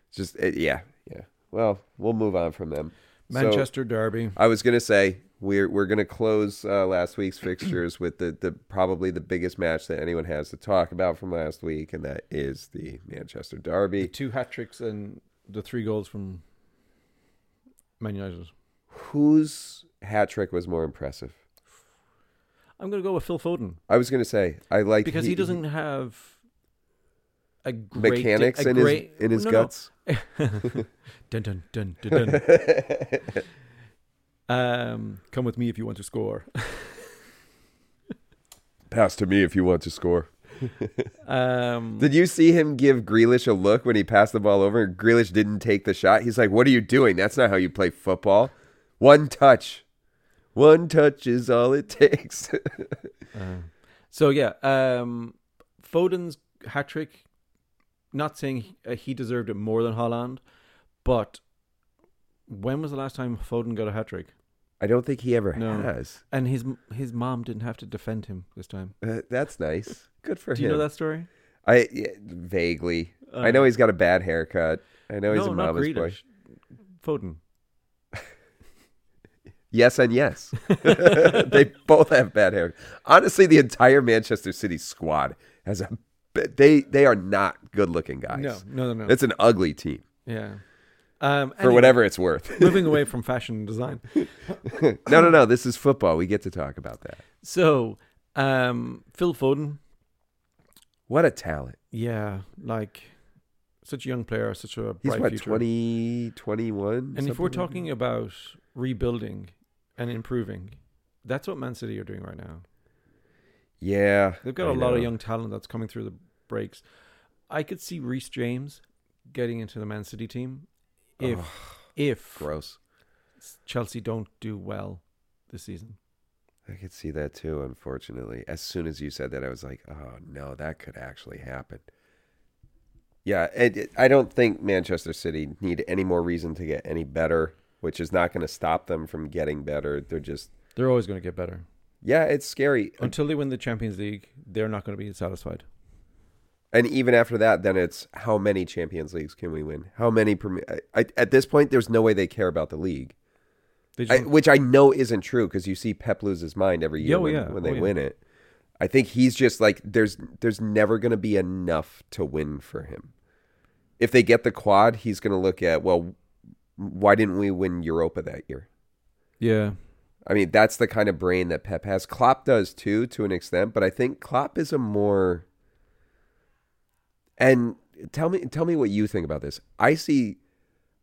It's just it, yeah, yeah. Well, we'll move on from them. So- Manchester Derby. I was gonna say we're we're gonna close uh, last week's fixtures with the, the probably the biggest match that anyone has to talk about from last week, and that is the Manchester Derby. two hat tricks and the three goals from Man United. Whose hat trick was more impressive? I'm going to go with Phil Foden I was gonna say I like because he, doesn't have a great di- mechanics a in his great, in his no, no. guts. dun dun dun dun. dun. um, come with me if you want to score. Pass to me if you want to score. Um, Did you see him give Grealish a look when he passed the ball over? and Grealish didn't take the shot. He's like, "What are you doing? That's not how you play football. One touch, one touch is all it takes." uh, so yeah, um, Foden's hat trick. Not saying he, uh, he deserved it more than Holland, but when was the last time Foden got a hat trick? I don't think he ever No. has. And his his mom didn't have to defend him this time. Uh, that's nice. Good for Do him. you know that story? I yeah, vaguely. I Uh, know he's got a bad haircut. I know he's no, a not mama's boy. Grealish. Foden. Yes and yes. they both have bad hair. Honestly, the entire Manchester City squad has a. They they are not good looking guys. No, no, no, no. It's an ugly team yeah. Um, for whatever it's worth. moving away from fashion and design. no, no, no. This is football. We get to talk about that. So, um, Phil Foden, What a talent. yeah, like such a young player, such a He's bright what, future. twenty twenty one. 21? and if we're something like talking about rebuilding and improving, that's what Man City are doing right now. that? Yeah. They've got I a lot know. of young talent that's coming through the breaks. I could see Reece James getting into the Man City team if Ugh, if gross. Chelsea don't do well this season. I could see that too, unfortunately. As soon as you said that, I was like, oh no, that could actually happen. Yeah, it, it- I don't think Manchester City need any more reason to get any better, which is not going to stop them from getting better. They're just, They're always going to get better. yeah, it's scary. Until they win the Champions League, they're not going to be satisfied. And even after that, then it's how many Champions Leagues can we win? How many? Premi- I, I, at this point, there's no way they care about the league, They just I, which I know isn't true because you see Pep lose his mind every year Oh, when, yeah. when they Oh, yeah. win it. I think he's just like there's there's never going to be enough to win for him. If they get the quad, he's going to look at well, why didn't we win Europa that year? Yeah. I mean, that's the kind of brain that Pep has. Klopp does too, to an extent, but I think Klopp is a more. And tell me, tell me what you think about this. I see,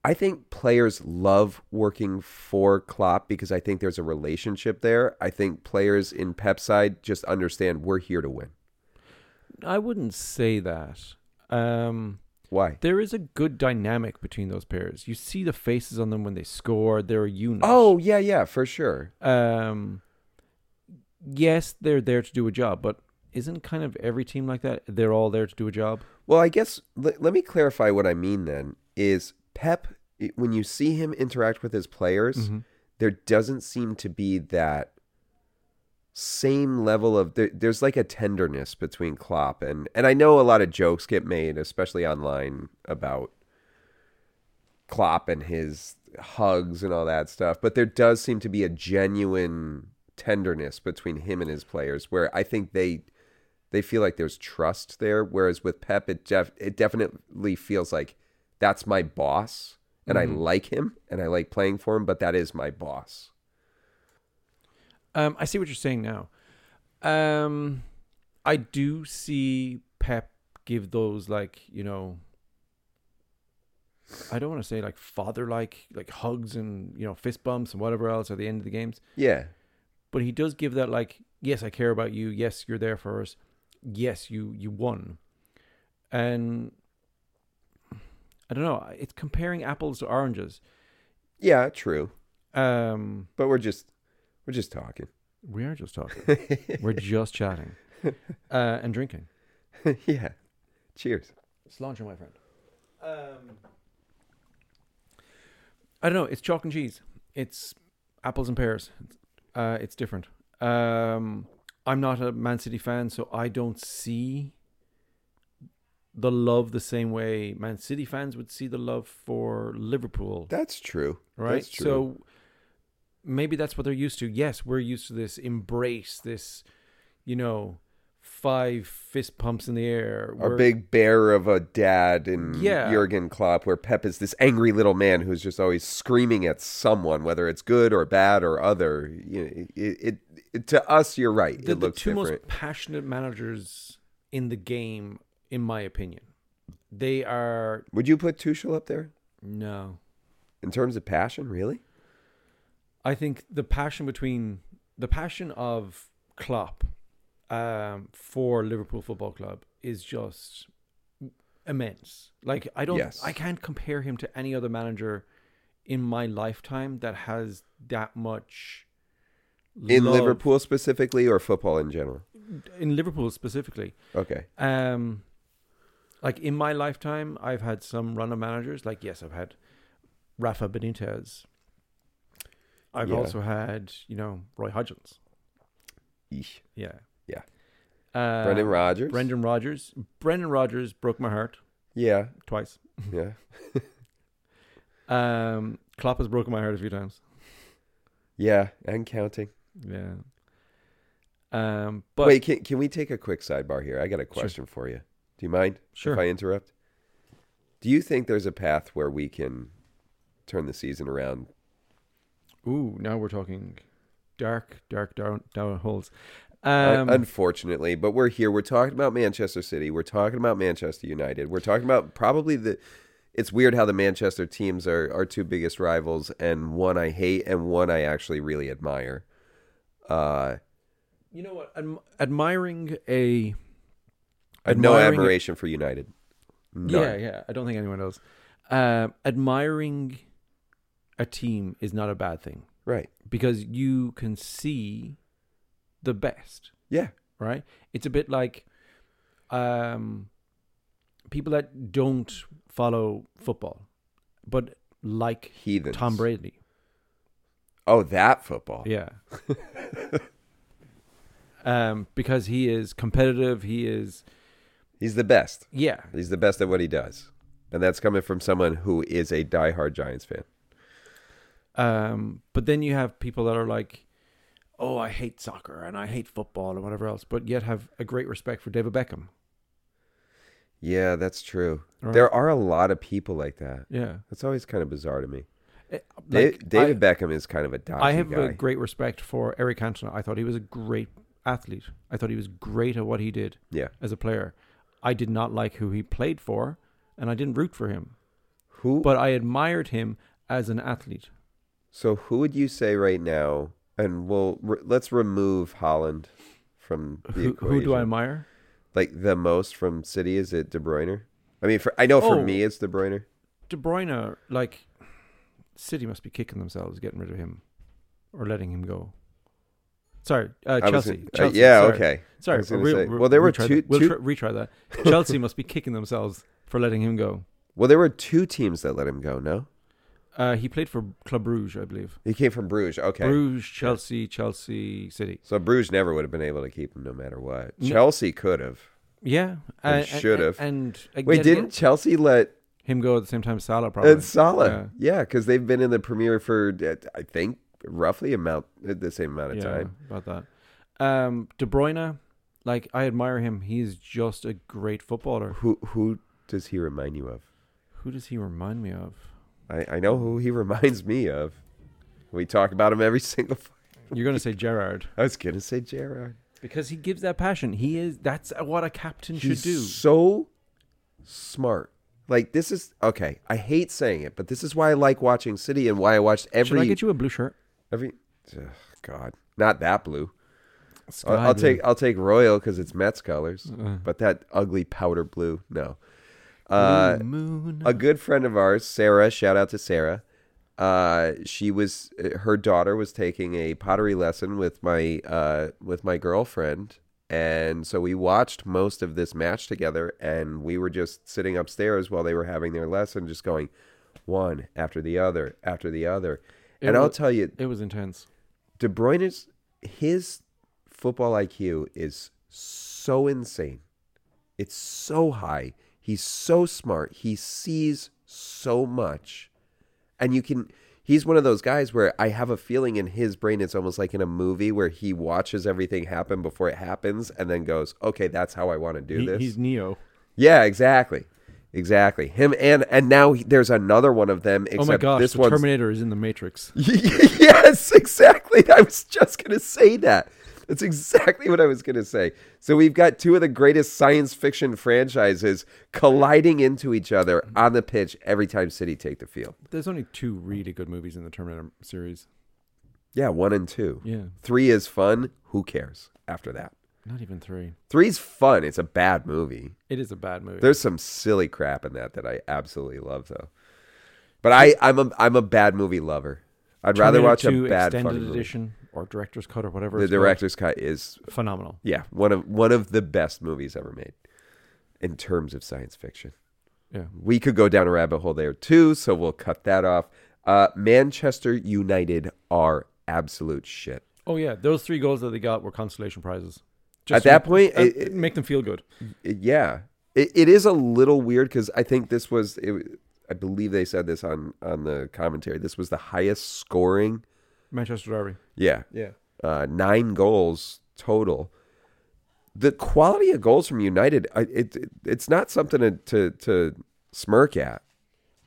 I think players love working for Klopp because I think there's a relationship there. I think players in Pep's side just understand we're here to win. I wouldn't say that. Um, Why? there is a good dynamic between those pairs. You see the faces on them when they score. They're a unit. Oh yeah, yeah, for sure. Um, yes, they're there to do a job, but isn't kind of every team like that? They're all there to do a job. Well, I guess let, let me clarify what I mean then is Pep it- when you see him interact with his players, there doesn't seem to be that same level of there, there's like a tenderness between Klopp and and I know a lot of jokes get made especially online about Klopp and his hugs and all that stuff, but there does seem to be a genuine tenderness between him and his players where I think they they feel like there's trust there. Whereas with Pep, it def- it definitely feels like that's my boss, and I like him, and I like playing for him, but that is my boss. Um, I see what you're saying now. Um, I do see Pep give those like you know. I don't want to say like father like like hugs and you know fist bumps and whatever else at the end of the games, Yeah, but he does give that like yes I care about you, yes you're there for us, yes you you won, and I don't know it's comparing apples to oranges. yeah, true. Um, But we're just we're just talking. we are just talking, we're just chatting, uh, and drinking. yeah. Cheers. Cilantro, my friend. Um, I don't know. It's chalk and cheese. It's apples and pears. Uh, it's different. Um, I'm not a Man City fan, so I don't see the love the same way Man City fans would see the love for Liverpool That's true. right? That's true. So maybe that's what they're used to. Yes, we're used to this embrace, this, you know, five fist pumps in the air. our We're- big bear of a dad in Yeah. Jurgen Klopp, where Pep is this angry little man who's just always screaming at someone, whether it's good or bad or other. You know, it, it, it- to us, you're right. the, it the looks two different. most passionate managers in the game, in my opinion. They are Would you put Tuchel up there no. in terms of passion? Really? I think the passion between the passion of Klopp um, for Liverpool Football Club is just immense. Like I don't, Yes. I can't compare him to any other manager in my lifetime that has that much In love- Liverpool specifically or football in general? in Liverpool specifically. Okay. Um, like in my lifetime, I've had some run of managers. Like yes, I've had Rafa Benitez. I've Yeah. also had you know Roy Hodgins. Eesh. Yeah. Yeah. Uh, Brendan Rodgers? Brendan Rodgers. Brendan Rodgers broke my heart Yeah. twice. Yeah. Um, Klopp has broken my heart a few times. Yeah. And counting. Yeah. Um, but Wait, can, can we take a quick sidebar here? I got a question for you. Do you mind Sure. if I interrupt? Do you think there's a path where we can turn the season around? ooh, now we're talking dark, dark down down holes. Un- Um, Unfortunately, but we're here. We're talking about Manchester City. We're talking about Manchester United. We're talking about probably the. It's weird how the Manchester teams are our two biggest rivals, and one I hate and one I actually really admire. Uh, you know what? Adm- admiring a I have no Admiring it- admiration for United. None. yeah, yeah. I don't think anyone does. Uh, admiring a team is not a bad thing Right. because you can see the best. Yeah. right? It's a bit like um, people that don't follow football, but like Heathens. Tom Brady. Oh, that football. Yeah. um, because he is competitive. He is, He's the best. yeah. He's the best at what he does. And that's coming from someone who is a diehard Giants fan. Um, but then you have people that are like, oh, I hate soccer and I hate football and whatever else, but yet have a great respect for David Beckham. Yeah, that's true. Right. There are a lot of people like that. Yeah. That's always kind of bizarre to me. Eh, Da- like, David Beckham is kind of a dodgy I, I have guy. a great respect for Eric Cantona. I thought he was a great athlete. I thought he was great at what he did yeah. as a player. I did not like who he played for and I didn't root for him, Who? but I admired him as an athlete. so who would you say right now? And we'll re- let's remove Holland from the Who, equation. who do I admire? like the most from City? Is it De Bruyne? I mean, for I know for Oh. me it's De Bruyne. De Bruyne, like City must be kicking themselves getting rid of him or letting him go. Sorry, uh, I was Chelsea, gonna- uh, Chelsea. yeah, sorry. okay. I Sorry. was gonna we'll- say- we'll- well, there were retry two- that. We'll two- tr- retry that. Chelsea must be kicking themselves for letting him go. Well, there were two teams that let him go. No, Uh, he played for Club Brugge, I believe. he came from Bruges. Okay, Bruges, Chelsea, Chelsea, City. so Bruges never would have been able to keep him no matter what. No. Chelsea could have. Yeah, They and- and- should have. And, and Wait, yet didn't again, Chelsea let him go at the same time? Salah probably. It's solid. Yeah, because they've been in the Premier for uh, I think roughly amount uh, the same amount Yeah, of yeah, time. about that. Um, De Bruyne, like I admire him. He's just a great footballer. Who who does he remind you of? Who does he remind me of? I, I know who he reminds me of. We talk about him every single. fu- You're gonna say Gerard I was gonna say Gerard. because he gives that passion. He is. That's what a captain He's should do. so smart. Like this is okay. I hate saying it, but this is why I like watching City and why I watched every Should I get you a blue shirt? every. Ugh, God, not that blue. Sky I'll, I'll blue. take I'll take royal because it's Mets colors, Uh. but that ugly powder blue, no. Uh, Blue moon. a good friend of ours, Sarah. Shout out to Sarah. Uh, she was uh, her daughter was taking a pottery lesson with my uh, with my girlfriend, and so we watched most of this match together. And we were just sitting upstairs while they were having their lesson, just going one after the other after the other. It and wa- I'll tell you, It was intense. De Bruyne's his football IQ is so insane. It's so high. He's so smart. He sees so much. And you can he's one of those guys where I have a feeling in his brain it's almost like in a movie where he watches everything happen before it happens and then goes, "Okay, that's how I want to do He- this." he's Neo. Yeah, exactly. Exactly. Him and and now he, there's another one of them except oh my gosh, this the one's Terminator is in the Matrix. yes, exactly. I was just going to say that. That's exactly what I was going to say. So we've got two of the greatest science fiction franchises colliding into each other on the pitch every time City take the field. There's only two really good movies in the Terminator series. Yeah, one and two. Yeah, Three is fun. Who cares after that? not even three. Three's fun. It's a bad movie. It is a bad movie. There's some silly crap in that that I absolutely love, though. But I, I'm a I'm a bad movie lover. I'd rather Terminator watch a 2 bad extended fucking movie. edition or director's cut or whatever. The it's called. director's cut is phenomenal. Yeah, one of one of the best movies ever made in terms of science fiction. Yeah. We could go down a rabbit hole there too, so we'll cut that off. Uh, Manchester United are absolute shit. Oh yeah, those three goals that they got were consolation prizes. At that point, uh, it- it- make them feel good. It- yeah, it, it is a little weird because I think this was, it, I believe they said this on on the commentary. This was the highest scoring. Manchester Derby. Yeah, Yeah. uh, nine goals total. The quality of goals from United, I, it, it it's not something to to, to smirk at.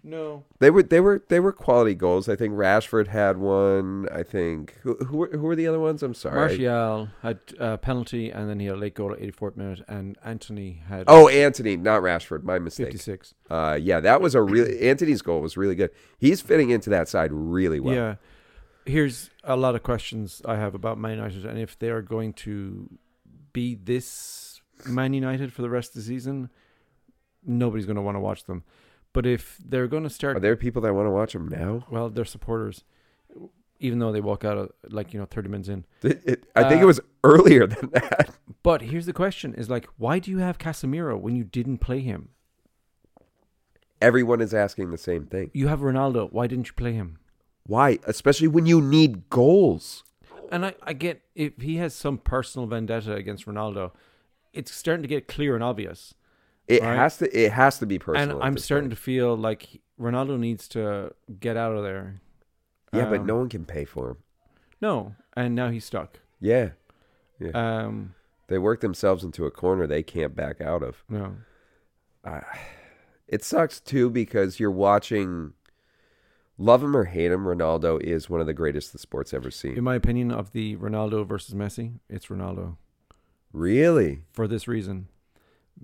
No. They were they were they were quality goals. I think Rashford had one. I think who who were, who were the other ones? I'm sorry. Martial had a penalty and then he had a late goal at 84th minute and Anthony had Oh, Anthony, not Rashford. My mistake. 56. Uh, yeah, that was a really Anthony's goal was really good. He's fitting into that side really well. Yeah. Here's a lot of questions I have about Man United and if they are going to be this Man United for the rest of the season, nobody's going to want to watch them. But if they're going to start Are there people that want to watch him now? Well, they're supporters, even though they walk out uh, like you know thirty minutes in. It- it- I think it Uh, was earlier than that. But here's the question: Is like, why do you have Casemiro when you didn't play him? Everyone is asking the same thing. You have Ronaldo. Why didn't you play him? Why? Especially when you need goals. And I, I get if he has some personal vendetta against Ronaldo, it's starting to get clear and obvious. It Right. has to. It has to be personal. and at I'm this starting point. to feel like he- Ronaldo needs to get out of there. Yeah, but Um, no one can pay for him. No, and now he's stuck. Yeah. Um, They work themselves into a corner they can't back out of. no. It sucks too because you're watching love him or hate him Ronaldo is one of the greatest the sport's ever seen. In my opinion, of the Ronaldo versus Messi, it's Ronaldo Really? for this reason.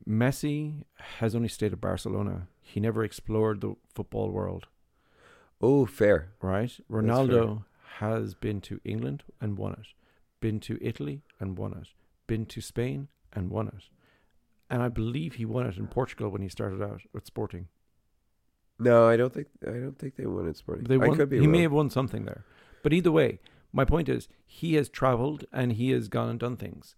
Messi has only stayed at Barcelona. He never explored the football world, Oh, fair. right? Ronaldo has been to England and won it, been to Italy and won it, been to Spain and won it. And I believe he won it in Portugal when he started out at Sporting. No, I don't think I don't think they won at Sporting. They won, I could be he wrong. may have won something there. But either way, my point is he has traveled and he has gone and done things.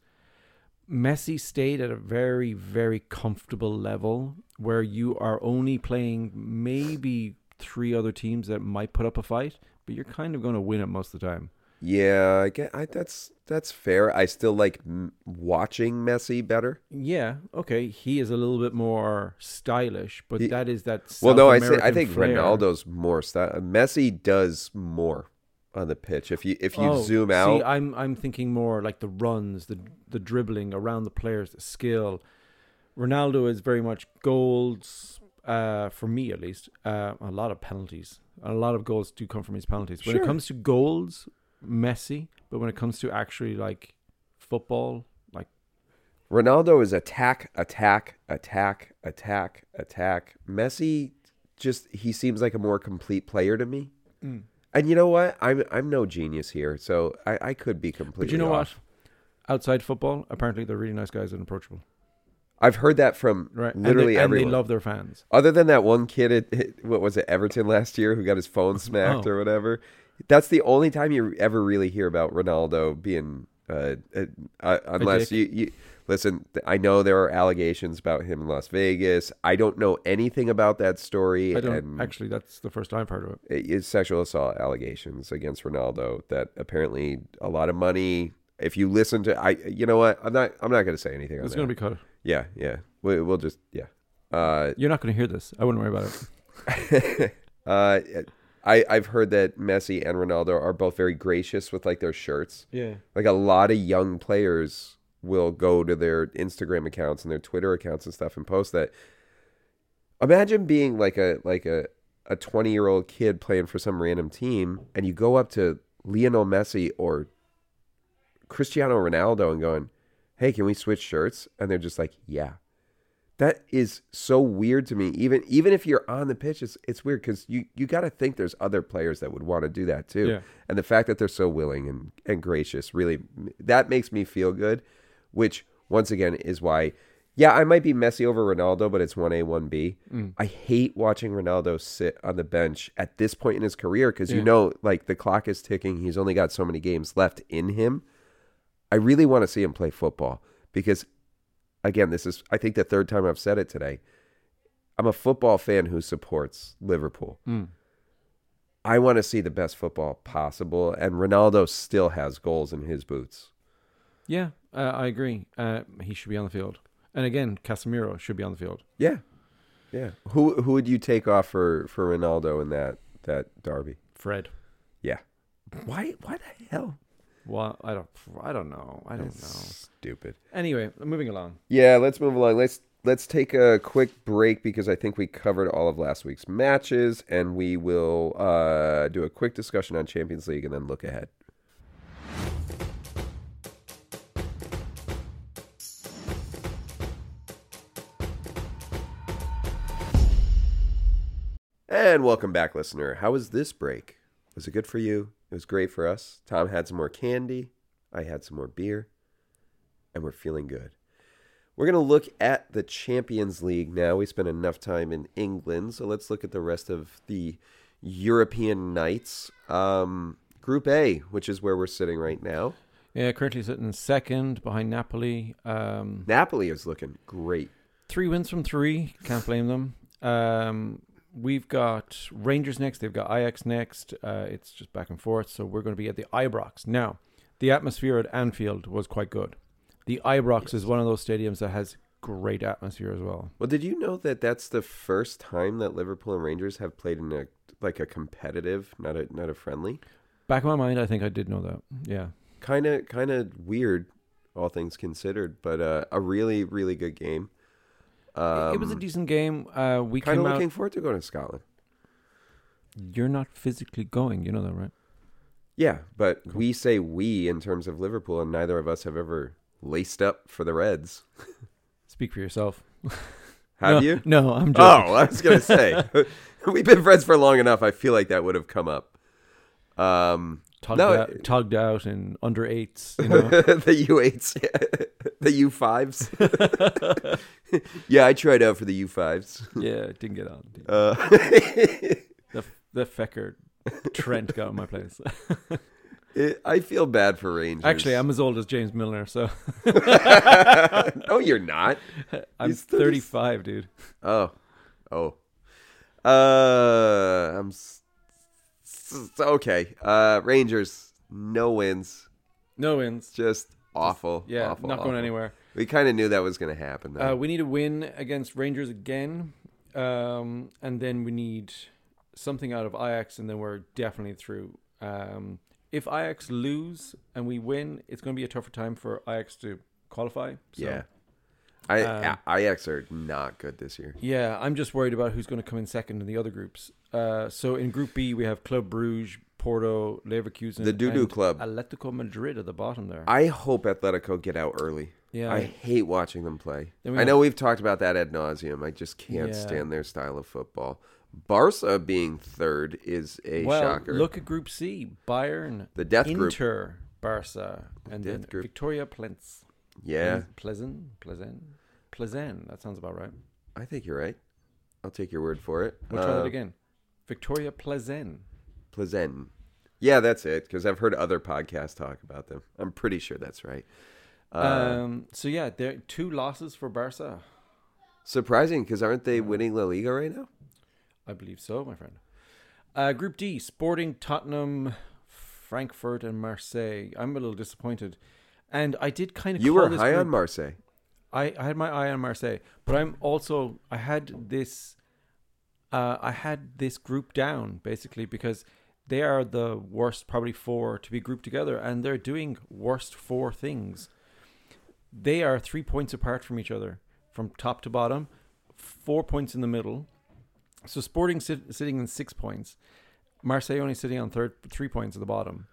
Messi stayed at a very, very comfortable level where you are only playing maybe three other teams that might put up a fight, but you're kind of going to win it most of the time. Yeah, I get. I, that's that's fair. I still like m- watching Messi better. Yeah, okay, he is a little bit more stylish, but He- that is that. well, no, I say I South think American flair. Ronaldo's more. St- Messi does more on the pitch. If you if you Oh, zoom See, out, I'm I'm thinking more like the runs, the the dribbling around the players, the skill. Ronaldo is very much goals, uh, for me at least. Uh, a lot of penalties, a lot of goals do come from his penalties. When Sure. it comes to goals, Messi. But when it comes to actually like football, like Ronaldo is attack, attack, attack, attack, attack. Messi just he seems like a more complete player to me. Mm. And you know what? I'm I'm no genius here, so I, I could be completely. but you know off. what? Outside football, apparently they're really nice guys and approachable, I've heard that from right? And they- literally and they, everyone. love their fans. Other than that one kid at- at what was it Everton last year who got his phone smacked Oh. or whatever, that's the only time you ever really hear about Ronaldo being. Uh, uh, uh, unless you, you listen, th- I know there are allegations about him in Las Vegas. I don't know anything about that story. I don't and actually. That's the first I've heard of it. it- it's sexual assault allegations against Ronaldo that apparently a lot of money. If you listen to, I you know what, I'm not I'm not going to say anything. On It's that. going to be cut. yeah, yeah. We, we'll just yeah. Uh, You're not going to hear this. I wouldn't worry about it. uh, I I've heard that Messi and Ronaldo are both very gracious with like their shirts. Yeah. Like a lot of young players will go to their Instagram accounts and their Twitter accounts and stuff and post that. Imagine being like a like a a 20 year old kid playing for some random team and you go up to Lionel Messi or Cristiano Ronaldo and going, "Hey, can we switch shirts?" and they're just like, "Yeah." That is so weird to me. Even even if you're on the pitch, it's it's weird because you you got to think there's other players that would want to do that too. Yeah. And the fact that they're so willing and and gracious really that makes me feel good. Which once again is why, yeah, I might be messy over Ronaldo, but it's one A one B. Mm. I hate watching Ronaldo sit on the bench at this point in his career because you Yeah. know like the clock is ticking. He's only got so many games left in him. I really want to see him play football because, again, this is, I think, the third time I've said it today. I'm a football fan who supports Liverpool. I want to see the best football possible, and Ronaldo still has goals in his boots. Yeah, uh, I agree. Uh, he should be on the field. And again, Casemiro should be on the field. Yeah. Yeah. Who who would you take off for, for Ronaldo in that, that derby? Fred. Yeah. Why why the hell? Well, I don't. I don't know. I don't know. Stupid. Anyway, moving along. Yeah, let's move along. Let's let's take a quick break because I think we covered all of last week's matches, and we will uh, do a quick discussion on Champions League and then look ahead. And welcome back, listener. How was this break? Was it good for you? It was great for us. Tom had some more candy. I had some more beer. And we're feeling good. We're going to look at the Champions League now. We spent enough time in England, so let's look at the rest of the European nights. Um, Group A, which is where we're sitting right now. Yeah, currently sitting second behind Napoli. Um, Napoli is looking great. three wins from three. Can't blame them. Um, we've got Rangers next. They've got Ajax next. Uh, it's just back and forth. So we're going to be at the Ibrox now. The atmosphere at Anfield was quite good. The Ibrox is one of those stadiums that has great atmosphere as well. Well, did you know that that's the first time that Liverpool and Rangers have played in a like a competitive, not a not a friendly? Back of my mind, I think I did know that. Yeah. kind of kind of weird, all things considered, but uh, a really really good game. Um, it was a decent game. Uh, we kind of came out. looking forward to going to Scotland. You're not physically going. You know that, right? Yeah, but we say we in terms of Liverpool, and neither of us have ever laced up for the Reds. Speak for yourself. Have No, you? No, I'm joking. Oh, I was gonna say we've been friends for long enough. I feel like that would have come up. Um, Tugged, No, out, tugged out and under eights. You know? the U eights, the U fives. yeah, I tried out for the U fives. yeah, it didn't get on. Uh, The the fecker Trent got in my place. it, I feel bad for Rangers. Actually, I'm as old as James Milner, so no, you're not. I'm He's 30 35, dude. Oh, oh. Uh, I'm s- s- okay. Uh, Rangers, no wins, No wins. just awful. Yeah, awful, not going awful. anywhere. We kind of knew that was going to happen. Though. Uh, we need a win against Rangers again, um, and then we need something out of Ajax, and then we're definitely through. Um, if Ajax lose and we win, it's going to be a tougher time for Ajax to qualify. So, yeah. I, um, I Ajax are not good this year. yeah, I'm just worried about who's going to come in second in the other groups. Uh, so in Group B, we have Club Brugge, Porto, Leverkusen, The doo-doo and club. Atletico Madrid at the bottom there. I hope Atletico get out early. Yeah. I hate watching them play. Then we I got- know we've talked about that ad nauseum. I just can't Yeah. stand their style of football. Barca being third is a well, shocker. look at Group C: Bayern, the death group, Inter, Barca, and Death then group. Victoria Plens. yeah, Pleasant, pleasant, pleasant. That sounds about right. I think you're right. I'll take your word for it. We'll try Uh, that again. Victoria Pleasant. Plazen. Yeah, that's it. Because I've heard other podcasts talk about them. I'm pretty sure that's right. Uh, um. So yeah, there are two losses for Barca. surprising, because aren't they winning La Liga right now? I believe so, my friend. Uh, Group D: Sporting, Tottenham, Frankfurt, and Marseille. I'm a little disappointed, and I did kind of You call were this high group- on Marseille. I, I had my eye on Marseille, but I'm also I had this uh, I had this group down basically because they are the worst probably four to be grouped together and they're doing worst four things. They are three points apart from each other from top to bottom, four points in the middle. So Sporting sit, sitting in six points, Marseille only sitting on third three points at the bottom.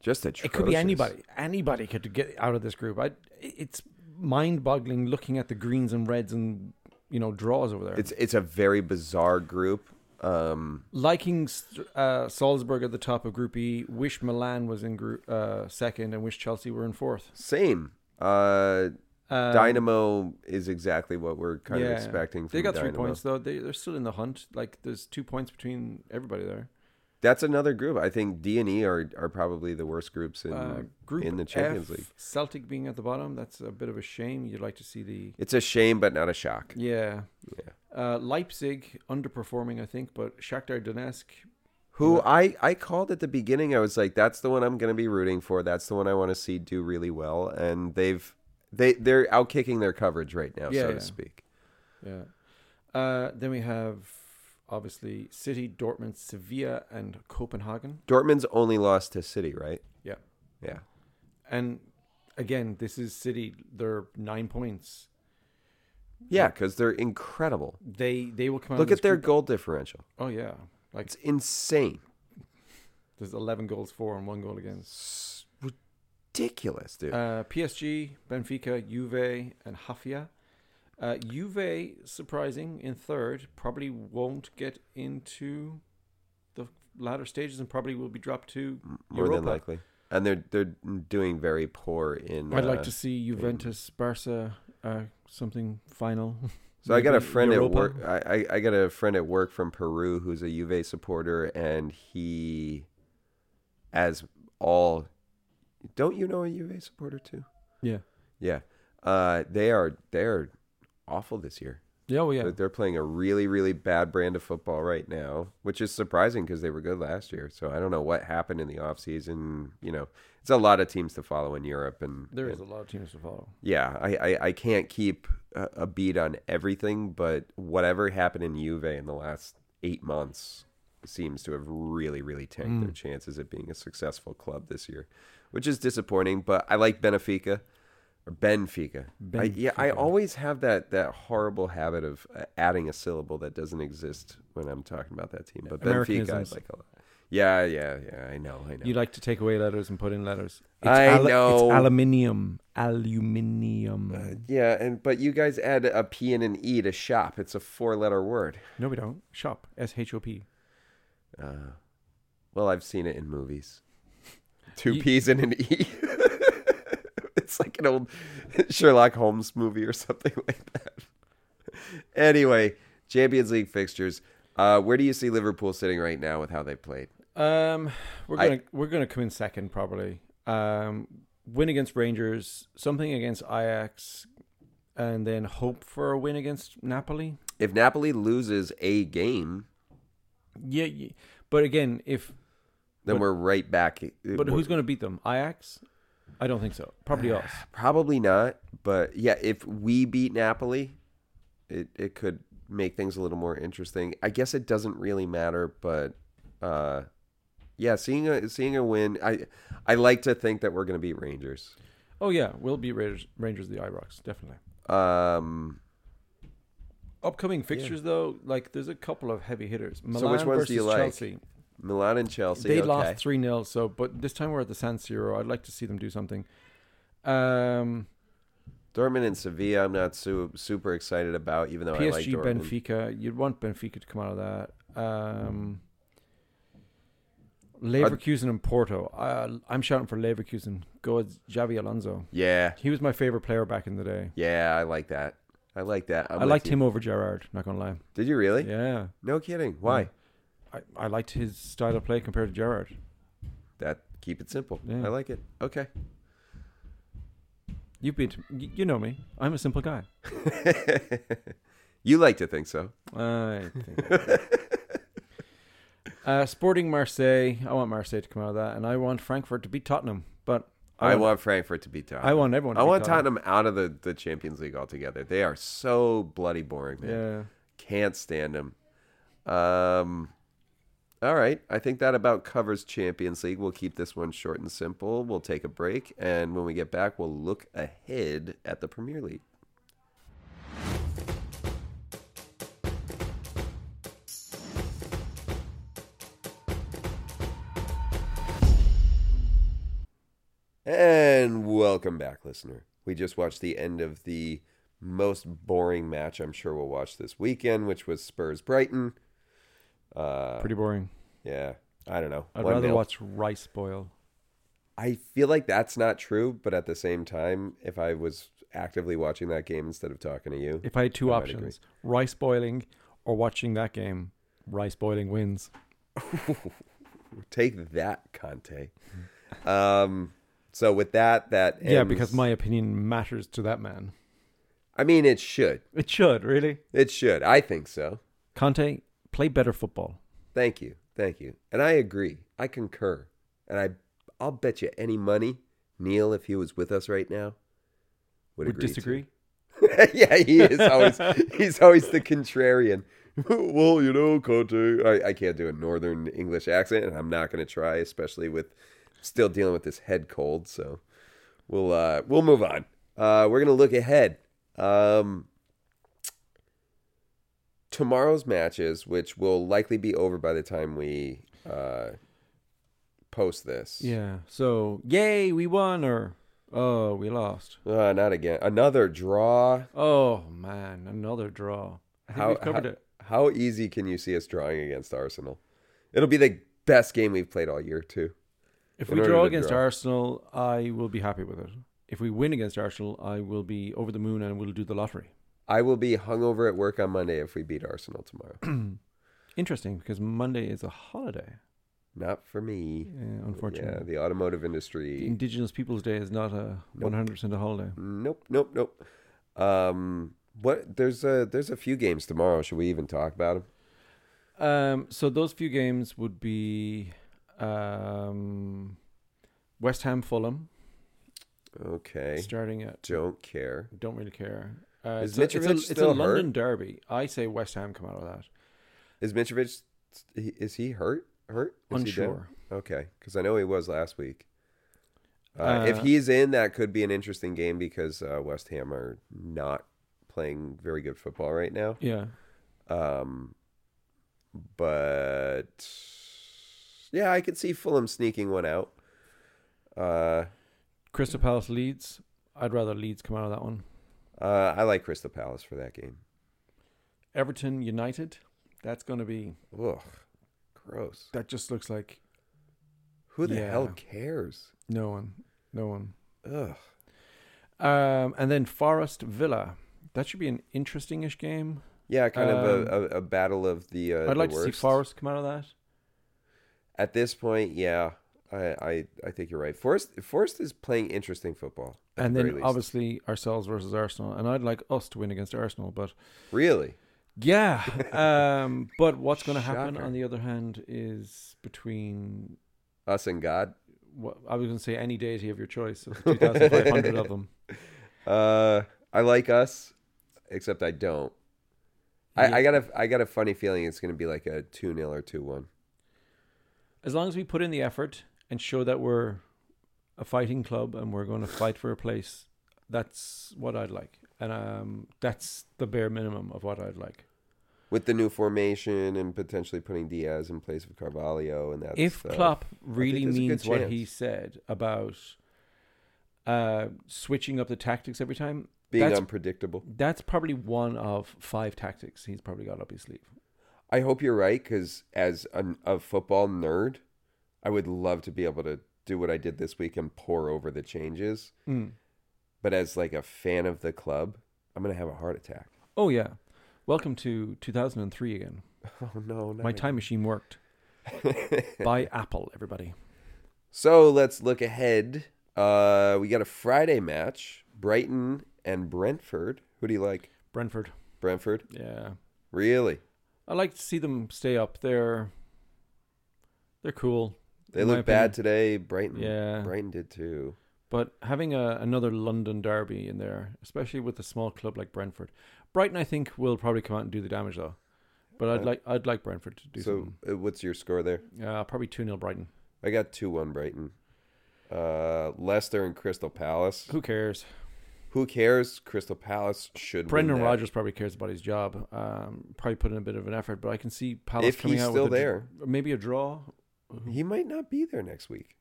Just atrocious. It could be anybody. Anybody could get out of this group. I, it's mind-boggling looking at the greens and reds and you know draws over there. It's it's a very bizarre group. Um, Liking uh, Salzburg at the top of Group E. Wish Milan was in group uh, second, and wish Chelsea were in fourth. same. Uh, Um, Dynamo is exactly what we're kind of yeah. expecting. From They got three Dynamo. points though. They, they're still in the hunt. Like there's two points between everybody there. That's another group. I think D and E are are probably the worst groups in Uh, group Mm. in the Champions F, League. Celtic being at the bottom. That's a bit of a shame. You'd like to see the It's a shame, but not a shock. yeah. Yeah. Uh, Leipzig underperforming, I think, but Shakhtar Donetsk Who I, I called at the beginning, I was like, that's the one I'm going to be rooting for. That's the one I want to see do really well. And they've they they're outkicking their coverage right now, Yeah, so yeah. to speak. Yeah. Uh, then we have obviously City, Dortmund, Sevilla, and Copenhagen. Dortmund's only lost to City, right? Yeah. Yeah. And again, this is City. They're nine points. Yeah, because they're incredible. They they will come out. of Look this at their group- goal differential. Oh yeah, like It's insane. there's eleven goals for and one goal against. It's ridiculous, dude. Uh, PSG, Benfica, Juve, and Hafia. Uh, Juve surprising in third. Probably won't get into the latter stages and probably will be dropped to More Europa. than likely. And they're they're doing very poor in I'd like uh, to see Juventus, Barca, uh, something final. So I got a Maybe friend Europa. at work. I, I I got a friend at work from Peru who's a Juve supporter, and he, as all, don't you know a Juve supporter too? Yeah. Yeah, uh, they are they are awful this year. Yeah, well, yeah. They're- They're playing a really really bad brand of football right now, which is surprising because they were good last year. So I don't know what happened in the off season. You know, it's a lot of teams to follow in Europe, and There is a lot of teams to follow. yeah, I, I, I can't keep a, a beat on everything, but whatever happened in Juve in the last eight months seems to have really, really tanked their chances at being a successful club this year, which is disappointing. But I like Benfica or Benfica. I, yeah, I always have that that horrible habit of uh, adding a syllable that doesn't exist when I'm talking about that team. But Benfica, I Americanisms. like a lot. Yeah, yeah, yeah. I know, I know. You like to take away letters and put in letters. I alu- know. Uh, It's aluminium. Aluminium. yeah, and but you guys add a p and an e to shop. It's a four-letter word. no, we don't. Shop. S H O P. Uh, Well, I've seen it in movies. Two P's and an E. it's like an old Sherlock Holmes movie or something like that. Anyway, Champions League fixtures. Uh, where do you see Liverpool sitting right now with how they played? Um, we're I- gonna we're gonna come in second probably. Um, win against Rangers, something against Ajax, and then hope for a win against Napoli. If Napoli loses a game, Yeah, yeah. but again, if then But- we're right back. but who's going to beat them? Ajax? I don't think so. Ah. Probably us. Probably not. But yeah, if we beat Napoli, it, it could make things a little more interesting. I guess it doesn't really matter, but uh, yeah, seeing a seeing a win, I I like to think that we're gonna beat Rangers. Oh yeah, we'll beat Rangers. Rangers the Ibrox definitely. Um, Upcoming fixtures though, like there's a couple of heavy hitters. Milan which ones versus do you like? Chelsea. Milan and Chelsea. They okay. lost three 0 so but this time we're at the San Siro. I'd like to see them do something. Um, Dortmund and Sevilla. I'm not su- super excited about, even though Oh, I like PSG, Dortmund. Benfica. You'd want Benfica to come out of that. Um, Hmm. Leverkusen and Porto. Uh, I'm shouting for Leverkusen. Go with Xavi Alonso. Yeah, He was my favorite player back in the day. yeah, I like that. I like that. I'm i with liked you. him over Gerard. Not gonna lie. Did you really? Yeah, No kidding. Why? I, I liked his style of play compared to Gerard. That keep it simple. Yeah. I like it. Okay. You've been, to- y- you know me. I'm a simple guy. you like to think so. I think. uh, Sporting Marseille. I want Marseille to come out of that, and I want Frankfurt to beat Tottenham. But I want Frankfurt to beat Tottenham. I want everyone. To I beat want Tottenham out of the, the Champions League altogether. They are so bloody boring, man. Yeah. Can't stand them. Um, all right. I think that about covers Champions League. We'll keep this one short and simple. We'll take a break. And when we get back, we'll look ahead at the Premier League. And welcome back, listener. We just watched the end of the most boring match I'm sure we'll watch this weekend, which was Spurs Brighton. Uh, Pretty boring. yeah, I don't know. I'd One rather nil. watch rice boil. I feel like that's not true, but at the same time, if I was actively watching that game instead of talking to you, If I had two I might options, rice boiling or watching that game, rice boiling wins. take that, Conte. Um, so with that, that Yeah, ends- because my opinion matters to that man. I mean, it should, It should, really. it should. I think so. Conte, play better football. Thank you, thank you, and I agree. I concur, and I, I'll bet you any money, Neil, if he was with us right now, would, Would agree too. disagree. yeah, he is always he's always the contrarian. well, you know, Conte. I, I can't do a northern English accent, and I'm not going to try, especially with still dealing with this head cold. So we'll uh, we'll move on. Uh, we're going to look ahead. Um, tomorrow's matches, which will likely be over by the time we uh, post this. Yeah. So, yay, we won or oh, we lost. Uh, not again. Another draw. Oh man, another draw. I think we've covered how, it. How easy can you see us drawing against Arsenal? It'll be the best game we've played all year, too. If in we order draw to against draw. Arsenal, I will be happy with it. If we win against Arsenal, I will be over the moon and we'll do the lottery. I will be hungover at work on Monday if we beat Arsenal tomorrow. Interesting, because Monday is a holiday. Not for me. Yeah, unfortunately. Yeah, the automotive The industry. Indigenous Peoples Day is not a Nope. 100% a holiday. Nope, nope, nope. Um, what? There's a there's a few games tomorrow. Should we even talk about them? Um, so those few games would be um, West Ham Fulham Okay, starting at don't care. don't really care. Uh, Is it's a, it's a, Mitrovic it's a still hurt? London derby. I say West Ham come out of that. Is Mitrovic Is he hurt? Hurt? Is he down? Unsure. Okay, because I know he was last week. Uh, if Uh, he's in, that could be an interesting game because uh, West Ham are not playing very good football right now. Yeah. Um, but yeah, I could see Fulham sneaking one out. Uh, Crystal Palace Leeds. I'd rather Leeds come out of that one. uh, I like Crystal Palace for that game. Everton United. That's going to be. Ugh, gross. That just looks like Who the Yeah. hell cares? no one. No one. Ugh. Um, and then Forest Villa. That should be an interesting-ish game. Yeah, kind of a, a, a battle of the. Uh, Um, I'd like the to see worst. Forest come out of that. At this point, yeah, I, I, I think you're right. Forrest Forrest is playing interesting football. at and the then very least. obviously ourselves versus Arsenal. And I'd like us to win against Arsenal, but really, yeah. Um, but what's going to happen Shocker. on the other hand is between us and God. what I was going to say any deity of your choice, of the 2,500 of them. Uh, I like us, except I don't. I, I got a I got a funny feeling it's going to be like a two 0 or two one. As long as we put in the effort and show that we're a fighting club and we're going to fight for a place, that's what I'd like. And um, that's the bare minimum of what I'd like. With the new formation and potentially putting Diaz in place of Carvalho and that if stuff. Klopp really uh, there's a good means what he chance. said about uh, switching up the tactics every time, being that's- unpredictable, that's probably one of five tactics he's probably got up his sleeve. I hope you're right because as an, a football nerd, I would love to be able to do what I did this week and pour over the changes. But as like a fan of the club, I'm gonna have a heart attack. Oh yeah, welcome to 2003 again. Oh no! not My again. time machine worked. Buy Apple, everybody. So let's look ahead. Uh, we got a Friday match: Brighton and Brentford. Who do you like? Brentford. Brentford, Yeah, really? I like to see them stay up. They're they're cool. They In my look bad today. Brighton, Yeah. Brighton did too. But having a, another London derby in there, especially with a small club like Brentford, Brighton I think will probably come out and do the damage though. But I'd Uh, like I'd like Brentford to do so, uh, what's your score there? something. Uh, probably two 0 Brighton. I got two one Brighton. Uh, Leicester and Crystal Palace. Who cares? Who cares? Crystal Palace should. Brendan win that. Rodgers probably cares about his job. Um, probably put in a bit of an effort, but I can see Palace If coming he's out still with a, there, maybe a draw. he might not be there next week.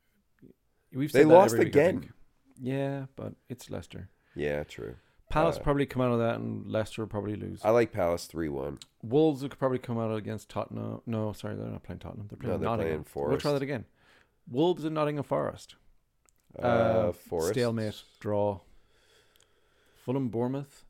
We've They said that lost every week, I again. think. Yeah, but it's Leicester. Yeah, true. Palace Uh, probably come out of that, and Leicester will probably lose. I like Palace three one. Wolves could probably come out against Tottenham. No, sorry, they're not playing Tottenham. They're playing they're playing Nottingham. We'll try Forest. that again. Wolves and Nottingham Forest. Uh, Uh, Forest Stalemate. Draw. Fulham, Bournemouth.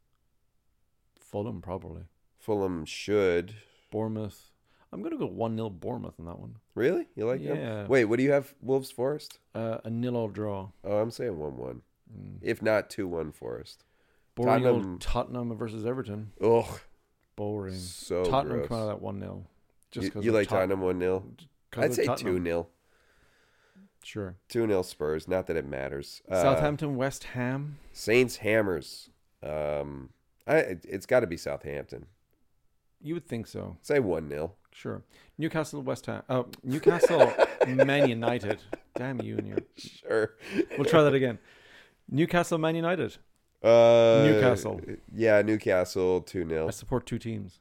Fulham probably. Fulham should. Bournemouth. I'm gonna go one 0 Bournemouth on that one. Really? You like them? Yeah. Wait, what do you have? Wolves Forest? Uh, a nil all draw. Oh, I'm saying one one. Mm. If not two one Forest. Boring Tottenham. Tottenham- old Tottenham versus Everton. Ugh, Boring. so Tottenham gross. come out of that one 0 Just you, because you like Tottenham one 0 I'd say two 0 Sure. Two 0 Spurs. Not that it matters. Uh, Southampton, West Ham. Saints Hammers. Um, I it- it's got to be Southampton. You would think so. Say one 0 Sure. Newcastle, West Ham. Oh, Newcastle, Man United. Damn you and your. Sure. We'll try that again. Newcastle, Man United. Uh, Newcastle. Yeah, Newcastle two 0 I support two teams.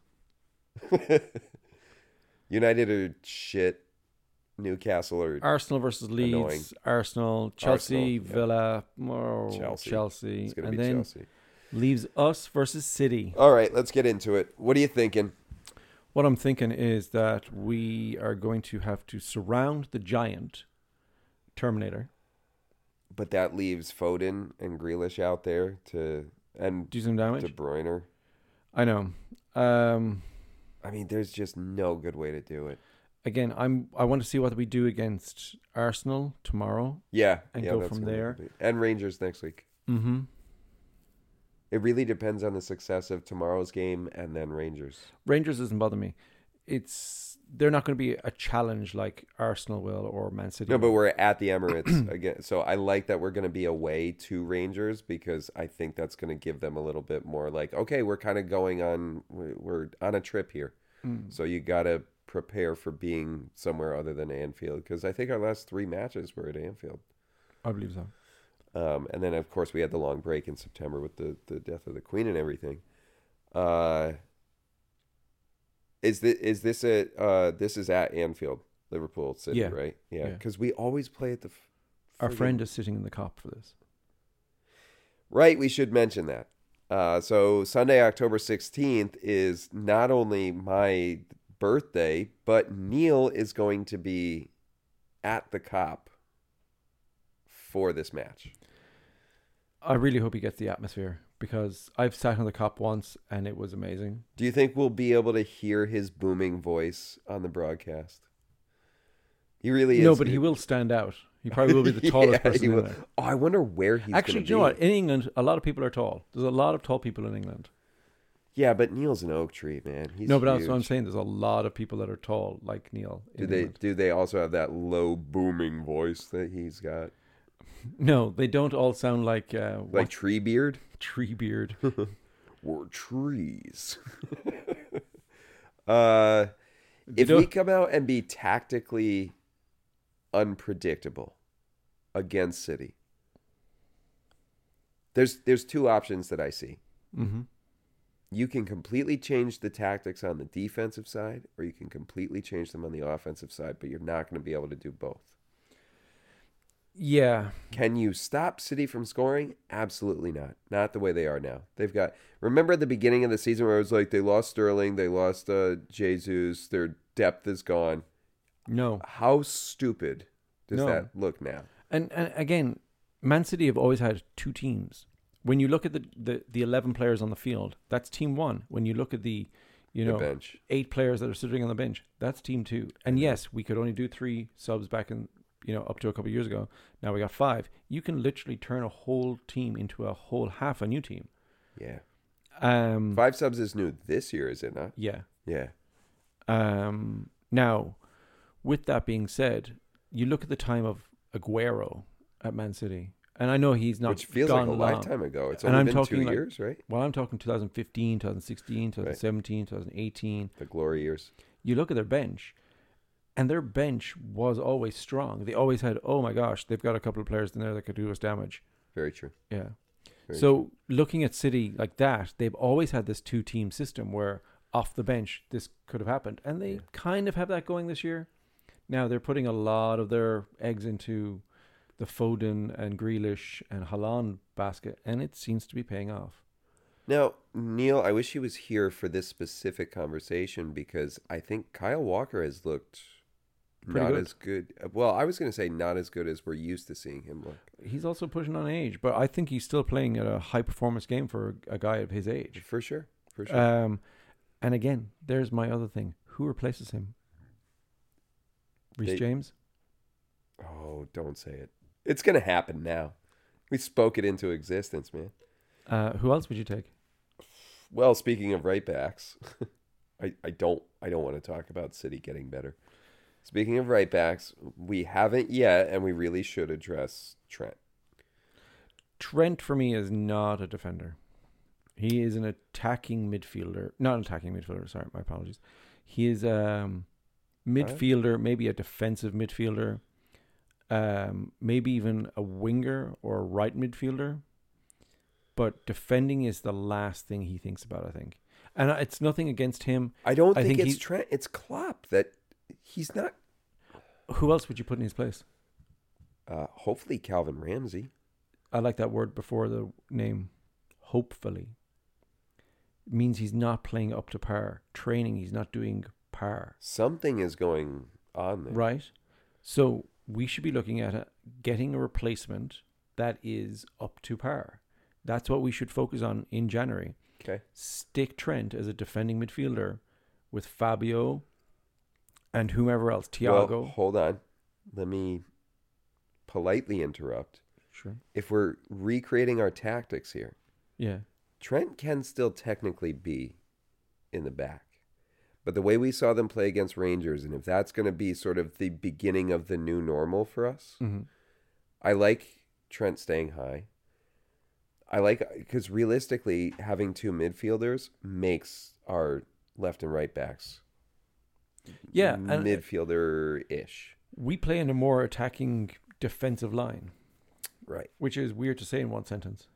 United are shit. Newcastle are Arsenal versus Leeds. Annoying. Arsenal, Chelsea, Arsenal, yeah. Villa, oh, Chelsea. Chelsea. it's gonna and be then Chelsea. leaves us versus City. All right, let's get into it. What are you thinking? What I'm thinking is that we are going to have to surround the giant Terminator. But that leaves Foden and Grealish out there to and Do some De damage. Bruyne. I know. Um, I mean, there's just no good way to do it. again, I'm. I want to see what we do against Arsenal tomorrow. Yeah, And yeah, go that's from what there. it'll be. And Rangers next week. Mm-hmm. It really depends on the success of tomorrow's game and then Rangers. Rangers doesn't bother me. It's they're not going to be a challenge like Arsenal will or Man City. No, but will. we're at the Emirates again, so I like that we're going to be away to Rangers because I think that's going to give them a little Mm. bit more like, okay, we're kind of going on, we're we're on a trip here, so you got to prepare for being somewhere other than Anfield because I think our last three matches were at Anfield. I believe so. Um, and then, of course, we had the long break in September with the, the death of the Queen and everything. Uh, is this, is this at uh, this is at Anfield, Liverpool City, Yeah. right? Yeah, Yeah. because we always play at the. f- Our friggin- friend is sitting in the cop for this. Right, we should mention that. Uh, so Sunday, October 16th is not only my birthday, but Neil is going to be at the cop for this match. I really hope he gets the atmosphere because I've sat on the cop once and it was amazing. Do you think we'll be able to hear his booming voice on the broadcast? He really is. no, but he will stand out. He probably will be the tallest Yeah, person he in will. there. Oh, I wonder where he's Actually, gonna do you know be. what? In England, a lot of people are tall. There's a lot of tall people in England. Yeah, but Neil's an oak tree, man. He's no, but huge. that's what I'm saying. There's a lot of people that are tall, like Neil. Do in they England. do they also have that low booming voice that he's got, No, they don't all sound like uh, like what tree beard? tree beard. We're trees. uh, if know- we come out and be tactically unpredictable against City, there's there's two options that I see. hmm You can completely change the tactics on the defensive side, or you can completely change them on the offensive side, but you're not going to be able to do both. Yeah, Can you stop City from scoring? Absolutely not. Not the way they are now. They've got. Remember at the beginning of the season where it was like they lost Sterling, they lost uh, Jesus, their depth is gone. no, How stupid does No. that look now? and, and again, Man City have always had two teams. When you look at the, the the eleven players on the field, that's team one. When you look at the, you The know, bench. eight players that are sitting on the bench, that's team two. And yes, we could only do three subs back in you know up to a couple of years ago. Now we got five. You can literally turn a whole team into a whole half a new team. Yeah. Um, Five subs is new this year, is it not? yeah. Yeah. Um, now, with that being said, you look at the time of Aguero at Man City, and I know he's not Which feels like gone a long. lifetime ago. It's And only I'm been two talking like- years, right? Well, I'm talking 2015, 2016, 2017, 2018. The glory years. You look at their bench, and their bench was always strong. They always had, oh my gosh, they've got a couple of players in there that could do us damage. Very true. Yeah. Very so looking at City like that, they've always had this two team system where off the bench this could have happened, and they Yeah. kind of have that going this year. Now they're putting a lot of their eggs into the Foden and Grealish and Haaland basket, and it seems to be paying off. Now, Neil, I wish he was here for this specific conversation because I think Kyle Walker has looked Pretty not good. as good. Uh, Well, I was going to say not as good as we're used to seeing him look. He's also pushing on age, but I think he's still playing at a high performance game for a guy of his age. For sure. For sure. Um, and again, there's my other thing: who replaces him? Reece They- James. oh, don't say it. It's going to happen now. We spoke it into existence, man. Uh, who else would you take? Well, speaking of right backs, I, I don't I don't want to talk about City getting better. Speaking of right backs, we haven't yet, and we really should address Trent. Trent for me is not a defender. He is an attacking midfielder. Not an attacking midfielder, sorry, my apologies. He is um midfielder, maybe a defensive midfielder, um, maybe even a winger or a right midfielder. But defending is the last thing he thinks about, I think. And I- it's nothing against him. I don't I think, think it's he- Trent. It's Klopp that he's not. Who else would you put in his place? Uh, hopefully, Calvin Ramsey. I like that word before the name. Hopefully. It means he's not playing up to par. Training, he's not doing par. Something is going on there. Right? So we should be looking at a, getting a replacement that is up to par. That's what we should focus on in January. Okay. Stick Trent as a defending midfielder with Fabio and whomever else, Well, Thiago. hold on. Let me politely interrupt. sure. If we're recreating our tactics here, Yeah. Trent can still technically be in the back. But the way we saw them play against Rangers, and if that's going to be sort of the beginning of the new normal for us, Mhm. I like Trent staying high. I like because realistically, having two midfielders makes our left and right backs Yeah, and- uh, midfielder ish. We play in a more attacking defensive line, Right. which is weird to say in one sentence,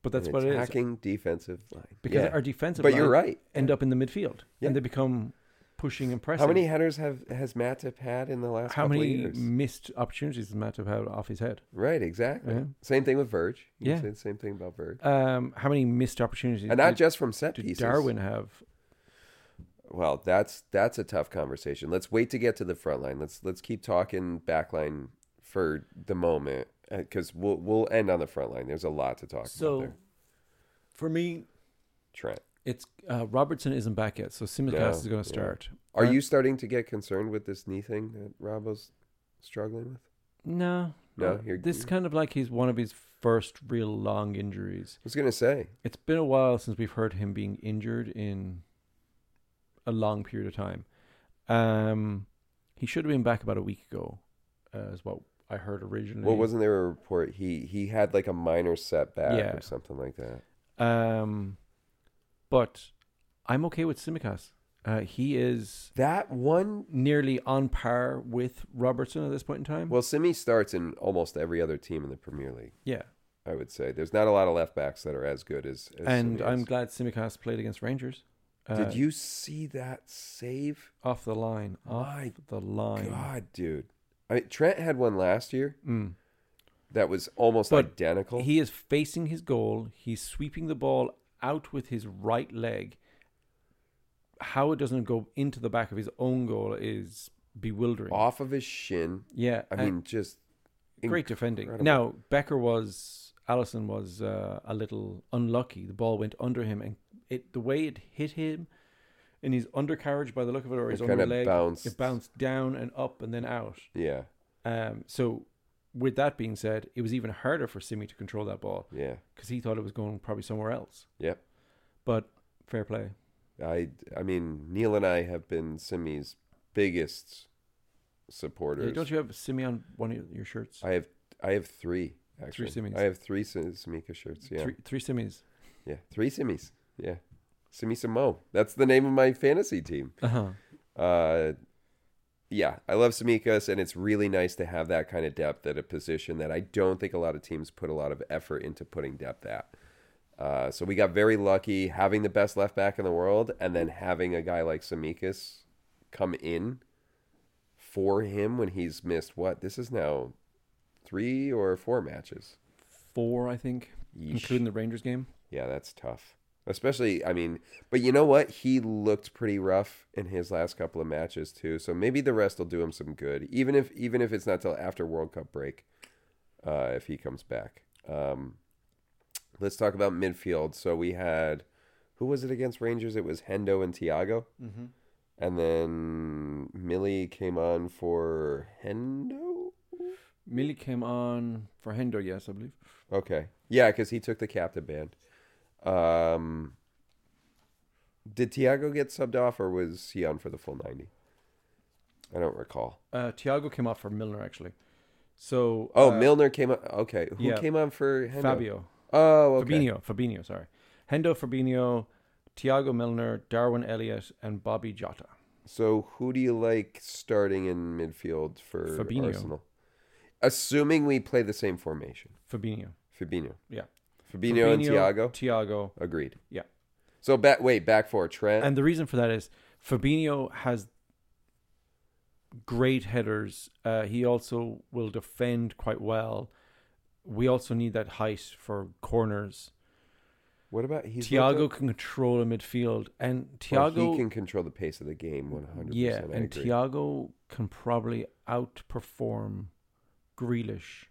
but that's An what it is. attacking defensive line. Because Yeah. our defensive but line you're right. end up in the midfield, Yeah. and they become pushing and pressing. How many headers have has Matip had in the last How couple of many years? missed opportunities does Matt have had off his head? Right, exactly. Yeah. Same thing with Verge. You can Yeah. say the same thing about Verge. Um, how many missed opportunities And not did, just from set did pieces. Darwin have? Well, that's that's a tough conversation. Let's wait to get to the front line. Let's let's keep talking back line for the moment because we'll we'll end on the front line. There's a lot to talk about So, there. for me, Trent, it's uh, Robertson isn't back yet, so Simicast No, is going yeah. to start. are Uh, you starting to get concerned with this knee thing that Robbo's struggling with? No, No, Uh, you're- this is kind of like he's one of his first real long injuries. I was gonna say It's been a while since we've heard him being injured in a long period of time. Um, he should have been back about a week ago, uh, is what I heard originally. Well, wasn't there a report he he had like a minor setback Yeah. or something like that? Um, but I'm okay with Simicast. Uh, he is That one. nearly on par with Robertson at this point in time. Well, Simi starts in almost every other team in the Premier League. yeah, I would say there's not a lot of left backs that are as good as. as and Simi I'm is. glad Simicast played against Rangers. Uh, Did you see that save? off the line? Off My the line. God, dude. I mean, Trent had one last year Mm. that was almost But identical. He is facing his goal. He's sweeping the ball out with his right leg. How it doesn't go into the back of his own goal is bewildering. off of his shin. Yeah, I and mean, just great defending. incredible. Now Becker was Allison was uh, a little unlucky. The ball went under him, and it the way it hit him in his undercarriage, by the look of it, or it his kind under of leg, bounced. it bounced down and up and then out. Yeah, Um, so, with that being said, it was even harder for Simi to control that ball yeah, because he thought it was going probably somewhere else. yep. But fair play. I, I mean, Neil and I have been Simi's biggest supporters. Yeah, don't you have Simi on one of your shirts? I have, I have three actually. Simis. I have three Sim- Simika shirts. Yeah, Three, three Simis. yeah, three Simis. Yeah, Simi Samo. That's the name of my fantasy team. Uh huh. uh, yeah, I love Samikas, and it's really nice to have that kind of depth at a position that I don't think a lot of teams put a lot of effort into putting depth at. Uh, so we got very lucky having the best left back in the world, and then having a guy like Samikas come in for him when he's missed what this is now three or four matches. Four, I think, Yeesh. including the Rangers game. Yeah, that's tough. Especially, I mean, but you know what? He looked pretty rough in his last couple of matches too. So maybe the rest will do him some good, even if even if it's not till after World Cup break, uh, if he comes back. Um, let's talk about midfield. So we had who was it against Rangers? It was Hendo and Tiago, Mm-hmm. and then Millie came on for Hendo. Millie came on for Hendo, yes, I believe. Okay. Yeah, because he took the captain band. Um, did Tiago get subbed off or was he on for the full 90? I don't recall. Uh, Tiago came off for Milner, actually. So. Oh, uh, Milner came on. Okay. Who yeah. came on for Hendo? Fabio. Oh, okay. Fabinho. Fabinho, sorry. Hendo, Fabinho, Tiago Milner, Darwin Elliott, and Bobby Jota. So who do you like starting in midfield for Fabinho. Arsenal? Assuming we play the same formation. Fabinho. Fabinho. Yeah. Fabinho, and Tiago. Tiago. Agreed. Yeah. So back wait, back for Trent. And the reason for that is Fabinho has great headers. Uh, he also will defend quite well. We also need that height for corners. what about he's looked Tiago up- can control a midfield, and well, Tiago, he can control the pace of the game 100%. yeah, I and agree. Tiago can probably outperform Grealish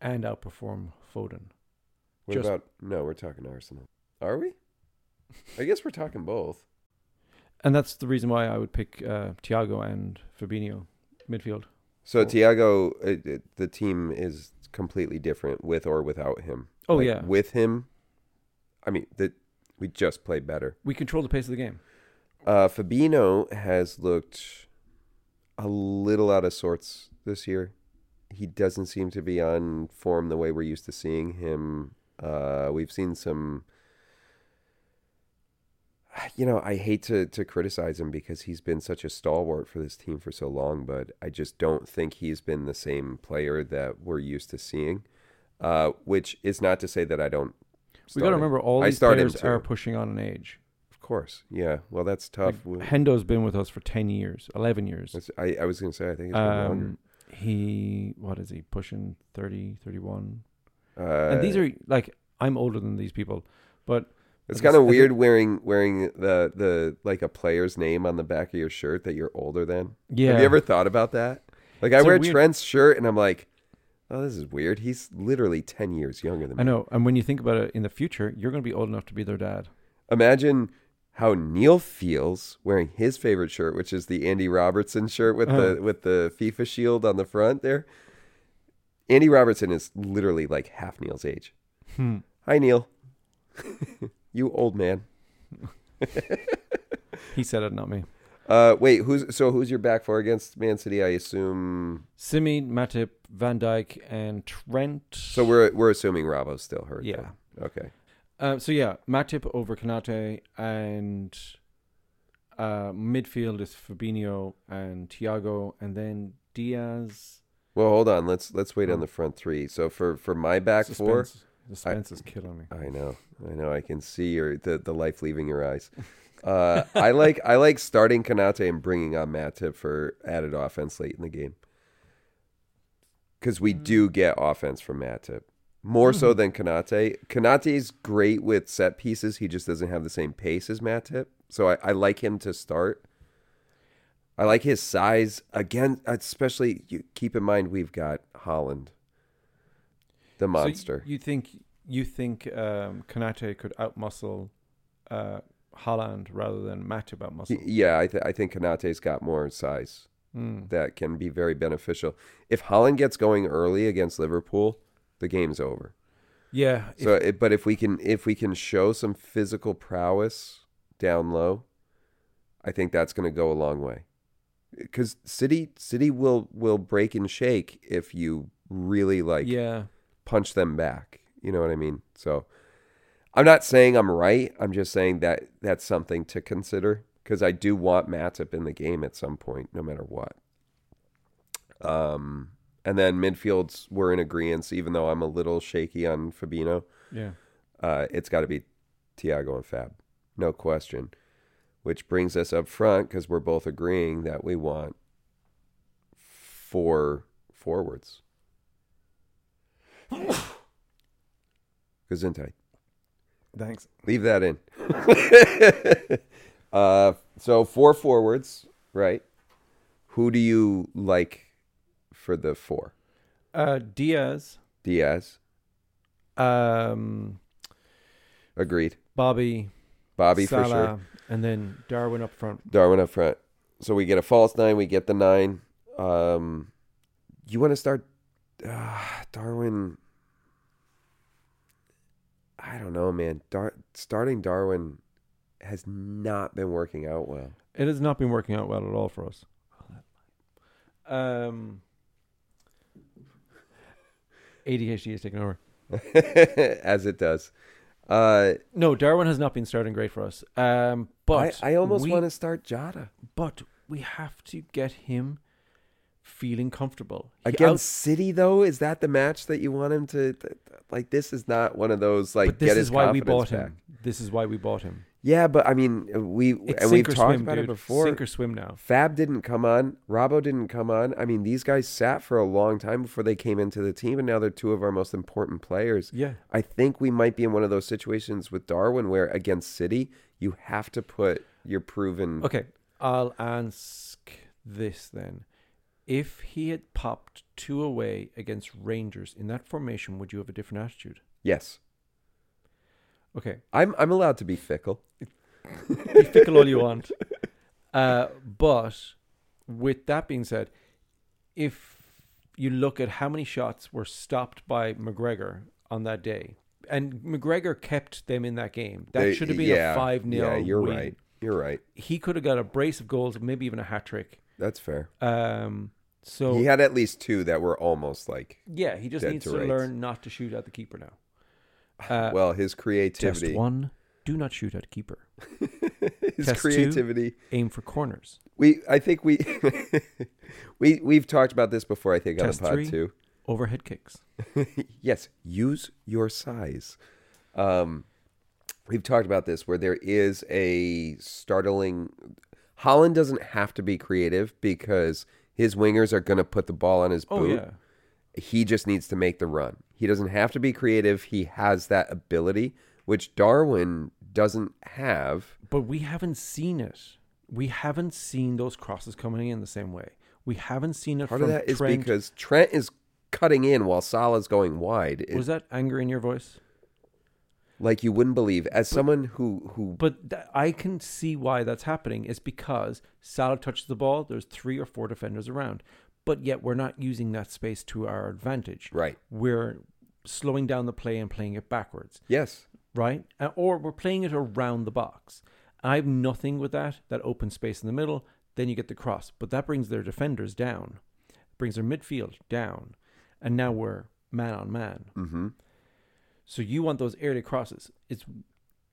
and outperform Foden. What Just- about no? We're talking Arsenal. Are we? I guess we're talking both. And that's the reason why I would pick uh, Tiago and Fabinho midfield. So Tiago, it, it, the team is completely different with or without him. Oh Like, yeah, with him, I mean that we just play better. we control the pace of the game. Uh, Fabino has looked a little out of sorts this year. He doesn't seem to be on form the way we're used to seeing him. Uh, we've seen some. you know, I hate to to criticize him because he's been such a stalwart for this team for so long, but I just don't think he's been the same player that we're used to seeing. Uh, which is not to say that I don't. We start got to him. remember all I these start him players too. are pushing on in age. Of course, yeah. Well, that's tough. Like, Hendo's been with us for ten years, eleven years. That's- I, I was gonna say I think it's been longer. Um, he what is he pushing 30, 31? Uh, and these are like I'm older than these people, but It's I guess- kind of I think- weird wearing wearing the the like a player's name on the back of your shirt that you're older than. yeah, Have you ever thought about that? Like I It's a wear weird- Trent's shirt and I'm like, oh, this is weird. He's literally ten years younger than me. I know. And when you think about it, in the future, you're going to be old enough to be their dad. Imagine how Neil feels wearing his favorite shirt, which is the Andy Robertson shirt with the Uh-huh. with the FIFA shield on the front there. Andy Robertson is literally like half Neil's age. Hmm. Hi Neil. you old man. He said it, not me. Uh, wait, who's so who's your back four against Man City? I assume Simi, Matip, Van Dyke, and Trent. so. We're we're assuming Rabo's still hurt. Yeah. then. Okay. Uh, so yeah, Matip over Kanate and uh, midfield is Fabinho and Thiago, and then Diaz. Well, hold on. Let's let's wait on the front three. So for for my back four, Suspense, suspense is killing me. I know, I know, I can see your the, the life leaving your eyes. Uh, I like I like starting Kanate and bringing on Matip for added offense late in the game because we do Mm. get offense from Matip more so than Kanate. Kanate's great with set pieces. He just doesn't have the same pace as Matip, so I, I like him to start. I like his size again, especially you, keep in mind we've got Holland, the So y- monster. you think you think um, Kanate could outmuscle uh, Holland rather than Matip Y- outmuscle? Yeah, I, th- I think Kanate's got more size Mm. that can be very beneficial. If Holland gets going early against Liverpool, the game's over. Yeah. if- So, it, but if we can if we can show some physical prowess down low, I think that's going to go a long way. Because City City will will break and shake if you really like yeah. punch them back. You know what I mean? So I'm not saying I'm right. I'm just saying that that's something to consider because I do want Matip in the game at some point, no matter what. Um, and then midfields were in agreement, even though I'm a little shaky on Fabino. Yeah. Uh, it's got to be Tiago and Fab, no question. Which brings us up front because we're both agreeing that we want four forwards. Gesundheit. Thanks. Leave that in. uh, so four forwards, right? Who do you like for the four? Uh, Diaz, Diaz, um, agreed. Bobby, Bobby Salah, for sure. and then Darwin up front. Darwin up front. So we get a false nine. We get the nine. Um, you want to start uh, Darwin? I don't know, man. Dar- starting Darwin has not been working out well. It has not been working out well at all for us. Um, ADHD is taking over. as it does. Uh, No, Darwin has not been starting great for us. Um, but I, I almost we, want to start Jada But we have to get him feeling comfortable He against out- City, though. Is that the match that you want him to? th- th- like, this is not one of those like but this get is his why we bought confidence back. him. This is why we bought him. Yeah, but I mean, we It's and we've sink or talked swim, about dude. it before. Sink or swim now. Fab didn't come on. Robbo didn't come on. I mean, these guys sat for a long time before they came into the team, and now they're two of our most important players. Yeah. I think we might be in one of those situations with Darwin where against City, you have to put your proven. Okay, I'll ask this then. If he had popped two away against Rangers in that formation, would you have a different attitude? Yes, Okay, I'm. I'm allowed to be fickle. be fickle all you want. Uh, but with that being said, if you look at how many shots were stopped by McGregor on that day, and McGregor kept them in that game, that They- should have been yeah, a 5 0. Yeah, you're right. You're right. He could have got a brace of goals, maybe even a hat trick. That's fair. Um, so He had at least two that were almost like. Yeah, he just Dead needs to to, rights. learn not to shoot at the keeper now. Uh, Well, his creativity. just one Do not shoot at keeper. His Test two. creativity. Aim for corners. We I think we we we've talked about this before. I think Test on a pod three. too. Overhead kicks. yes, use your size. Um, we've talked about this where there is a startling. Holland doesn't have to be creative because his wingers are going to put the ball on his boot. Oh yeah. He just needs to make the run. He doesn't have to be creative. He has that ability, which Darwin doesn't have. But we haven't seen it. We haven't seen those crosses coming in the same way. We haven't seen it Part from of that is Trent. because Trent is cutting in while Salah's going wide. It- was that anger in your voice? like you wouldn't believe as someone who who But th- I can see why that's happening. It's because Salah touches the ball. There's three or four defenders around, but yet we're not using that space to our advantage. right We're slowing down the play and playing it backwards. yes right? Uh, Or we're playing it around the box. I have nothing with that, that open space in the middle. Then you get the cross, but that brings their defenders down, brings their midfield down. And now we're man on man. mm-hmm So you want those area crosses. It's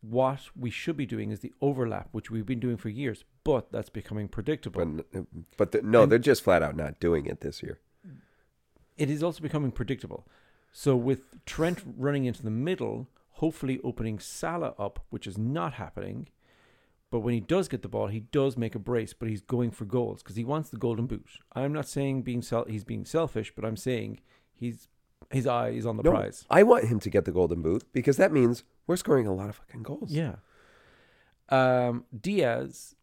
what we should be doing is the overlap, which we've been doing for years, but that's becoming predictable. but but the, no they're just flat out not doing it this year it is also becoming predictable. So with Trent running into the middle, hopefully opening Salah up, which is not happening. But when he does get the ball, he does make a brace, but he's going for goals because he wants the golden boot. I'm not saying being sel- he's being selfish, but I'm saying he's his eye is on the no prize. i want him to get the golden boot because that means we're scoring a lot of fucking goals Yeah. Um, Diaz,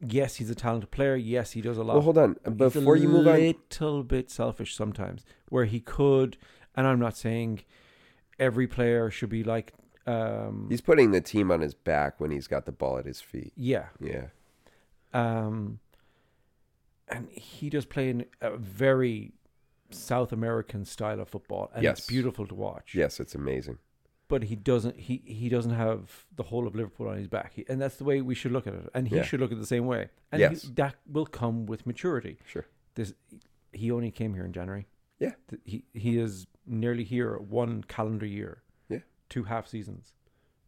yes, he's a talented player. Yes, he does a lot. well hold on He's before you move a on little bit selfish sometimes, where he could, and I'm not saying every player should be like, um, he's putting the team on his back when he's got the ball at his feet yeah, yeah um, and he does play in a very South American style of football, and Yes. it's beautiful to watch. yes it's amazing But he doesn't, he he doesn't have the whole of Liverpool on his back, he, and that's the way we should look at it, and he Yeah. should look at it the same way, and Yes. he, that will come with maturity. sure this he only came here in January. Yeah. Th- He he is nearly here one calendar year. Yeah. Two half seasons.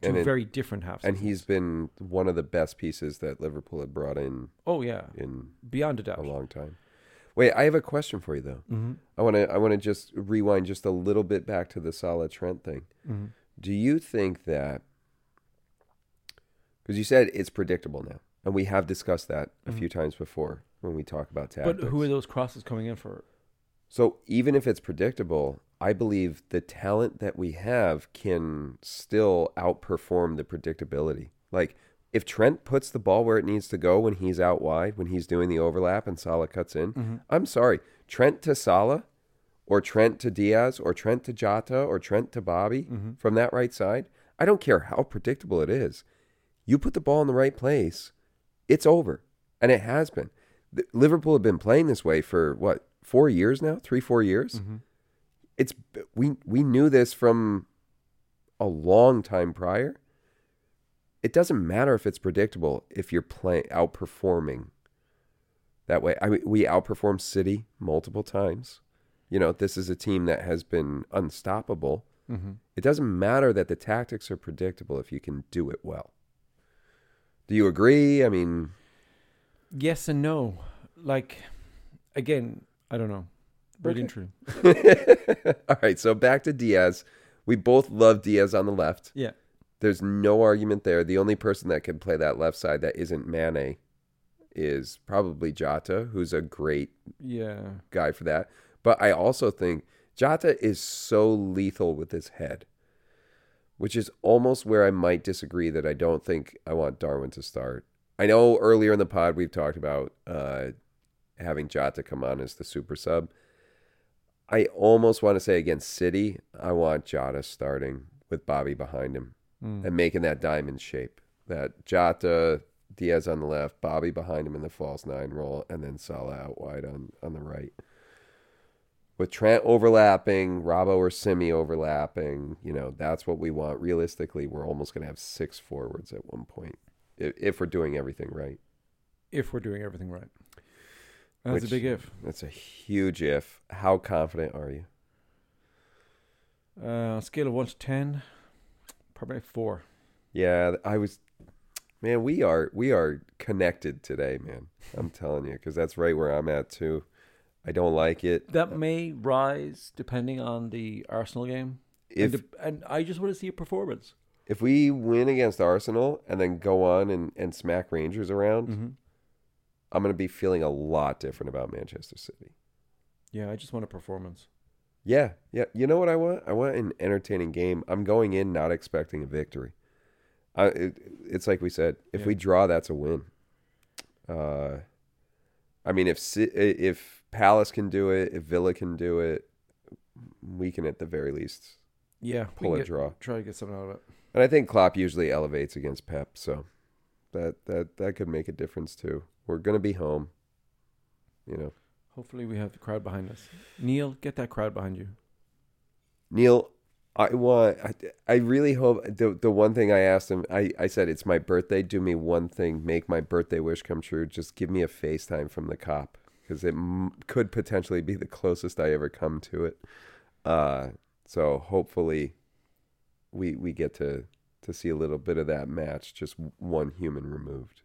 Two and, it- very different half and seasons. he's been one of the best pieces that liverpool had brought in oh yeah. in Beyond a a doubt. long time wait i have a question for you though Mm-hmm. I want to I want to just rewind just a little bit back to the Salah Trent thing. Mhm. Do you think that because you said it's predictable now, and we have discussed that a few times before when we talk about tactics. Mm-hmm. But who are those crosses coming in for? so even if it's predictable, I believe the talent that we have can still outperform the predictability. Like if Trent puts the ball where it needs to go when he's out wide, when he's doing the overlap, and Salah cuts in, I'm sorry, Trent to Salah, or Trent to Diaz, or Trent to Jota, or Trent to Bobby from that right side. I don't care how predictable it is. You put the ball in the right place, it's over, and it has been. Th- Liverpool have been playing this way for what four years now, three four years. Mm. It's we we knew this from a long time prior. It doesn't matter if it's predictable if you're playing outperforming that way. I mean, we outperformed City multiple times. You know, this is a team that has been unstoppable. It doesn't matter that the tactics are predictable if you can do it well. Do you agree? I mean, Yes and no. Like again, I don't know. Really and true. all right. So back to Diaz. We both love Diaz on the left. Yeah. There's no argument there. The only person that can play that left side that isn't Mane is probably Jota, who's a great Yeah. guy for that. But I also think Jota is so lethal with his head, which is almost where I might disagree that I don't think I want Darwin to start. I know earlier in the pod we've talked about uh, having Jota come on as the super sub. I almost want to say against City, I want Jota starting with Bobby behind him Mm. and making that diamond shape. That Jota, Diaz on the left, Bobby behind him in the false nine roll, and then Salah out wide on, on the right. With Trent overlapping, Robbo or Simi overlapping, you know, that's what we want. Realistically, we're almost going to have six forwards at one point if, if we're doing everything right. If we're doing everything right. That's Which- a big if. That's a huge if. How confident are you? Uh, on a scale of one to ten, probably four. Yeah, I was. Man, we are we are connected today, man. I'm telling you, because that's right where I'm at too. I don't like it. That may rise depending on the Arsenal game. If and, de- and I just want to see a performance. if we win against Arsenal and then go on and, and smack Rangers Mm. around, I'm gonna be feeling a lot different about Manchester City. Yeah, I just want a performance. Yeah, yeah. You know what I want? I want an entertaining game. I'm going in not expecting a victory. I, it, it's like we said, if Yeah. we draw, that's a win. Uh, I mean, if Si- if Palace can do it, if Villa can do it, we can at the very least Yeah, we can pull a get- draw. Try to get something out of it. And I think Klopp usually elevates against Pep, so that that that could make a difference too. We're gonna be home, you know. Hopefully, we have the crowd behind us. Neil, get that crowd behind you. Neil, I want. I, I really hope the the one thing I asked him, I I said it's my birthday. Do me one thing, make my birthday wish come true. Just give me a FaceTime from the cop because it m- could potentially be the closest I ever come to it. Uh, so hopefully, we we get to to see a little bit of that match. Just one human removed.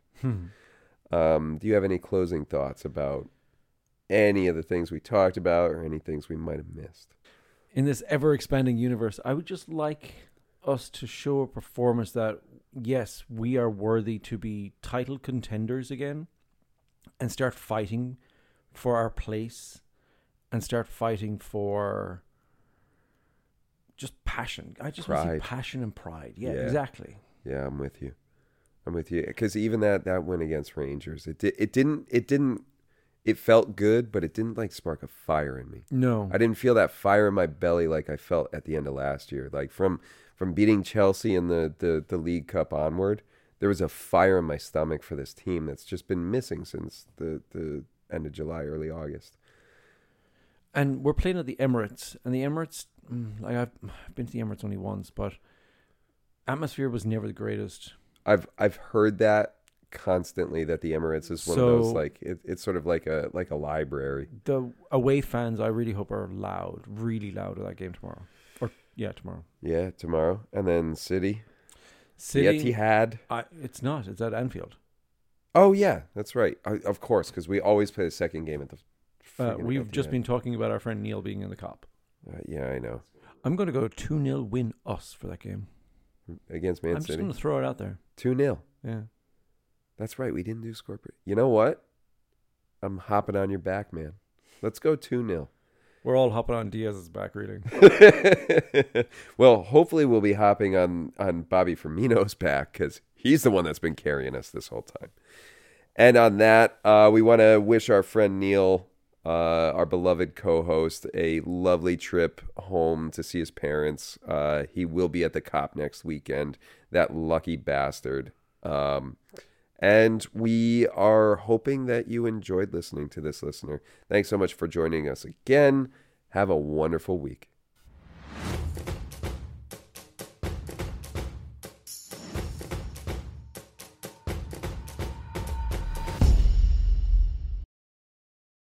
Um, do you have any closing thoughts about any of the things we talked about or any things we might have missed? In this ever expanding universe. I would just like us to show a performance that yes, we are worthy to be title contenders again and start fighting for our place and start fighting for just passion. I just want to see Pride. passion and pride. Yeah, Yeah. exactly. Yeah, I'm with you. I'm with you because even that that win against Rangers, it di- it didn't it didn't it felt good, but it didn't like spark a fire in me. No. I didn't feel that fire in my belly like I felt at the end of last year. Like from from beating Chelsea in the the, the League Cup onward, there was a fire in my stomach for this team that's just been missing since the the end of July, early August. and we're playing at the Emirates, and the Emirates, mm, like I've I've been to the Emirates only once, but atmosphere was never the greatest. I've I've heard that constantly that the Emirates is one of So- those like it, it's sort of like a like a library. The away fans, I really hope are loud, really loud at that game tomorrow, or yeah, tomorrow. Yeah, tomorrow and then City. City, The Etihad. I, it's not. It's at Anfield. Oh yeah, that's right. I, of course, because we always play the second game at the. Uh, friggin' we've just Etihad. been talking about our friend Neil being in the cop. Uh, yeah, I know. I'm going to go two 0 win us for that game. Against Man I'm just City, going to throw it out there. two 0 Yeah, That's right. We didn't do Scorpion. You know what? I'm hopping on your back, man. Let's go two 0 we're all hopping on Diaz's back reading. well, hopefully we'll be hopping on on Bobby Firmino's back because he's the one that's been carrying us this whole time. And on that, uh, we want to wish our friend Neil, uh, our beloved co-host, a lovely trip home to see his parents. Uh, he will be at the cop next weekend. That lucky bastard. Um, and we are hoping that you enjoyed listening to this listener. Thanks so much for joining us again. Have a wonderful week.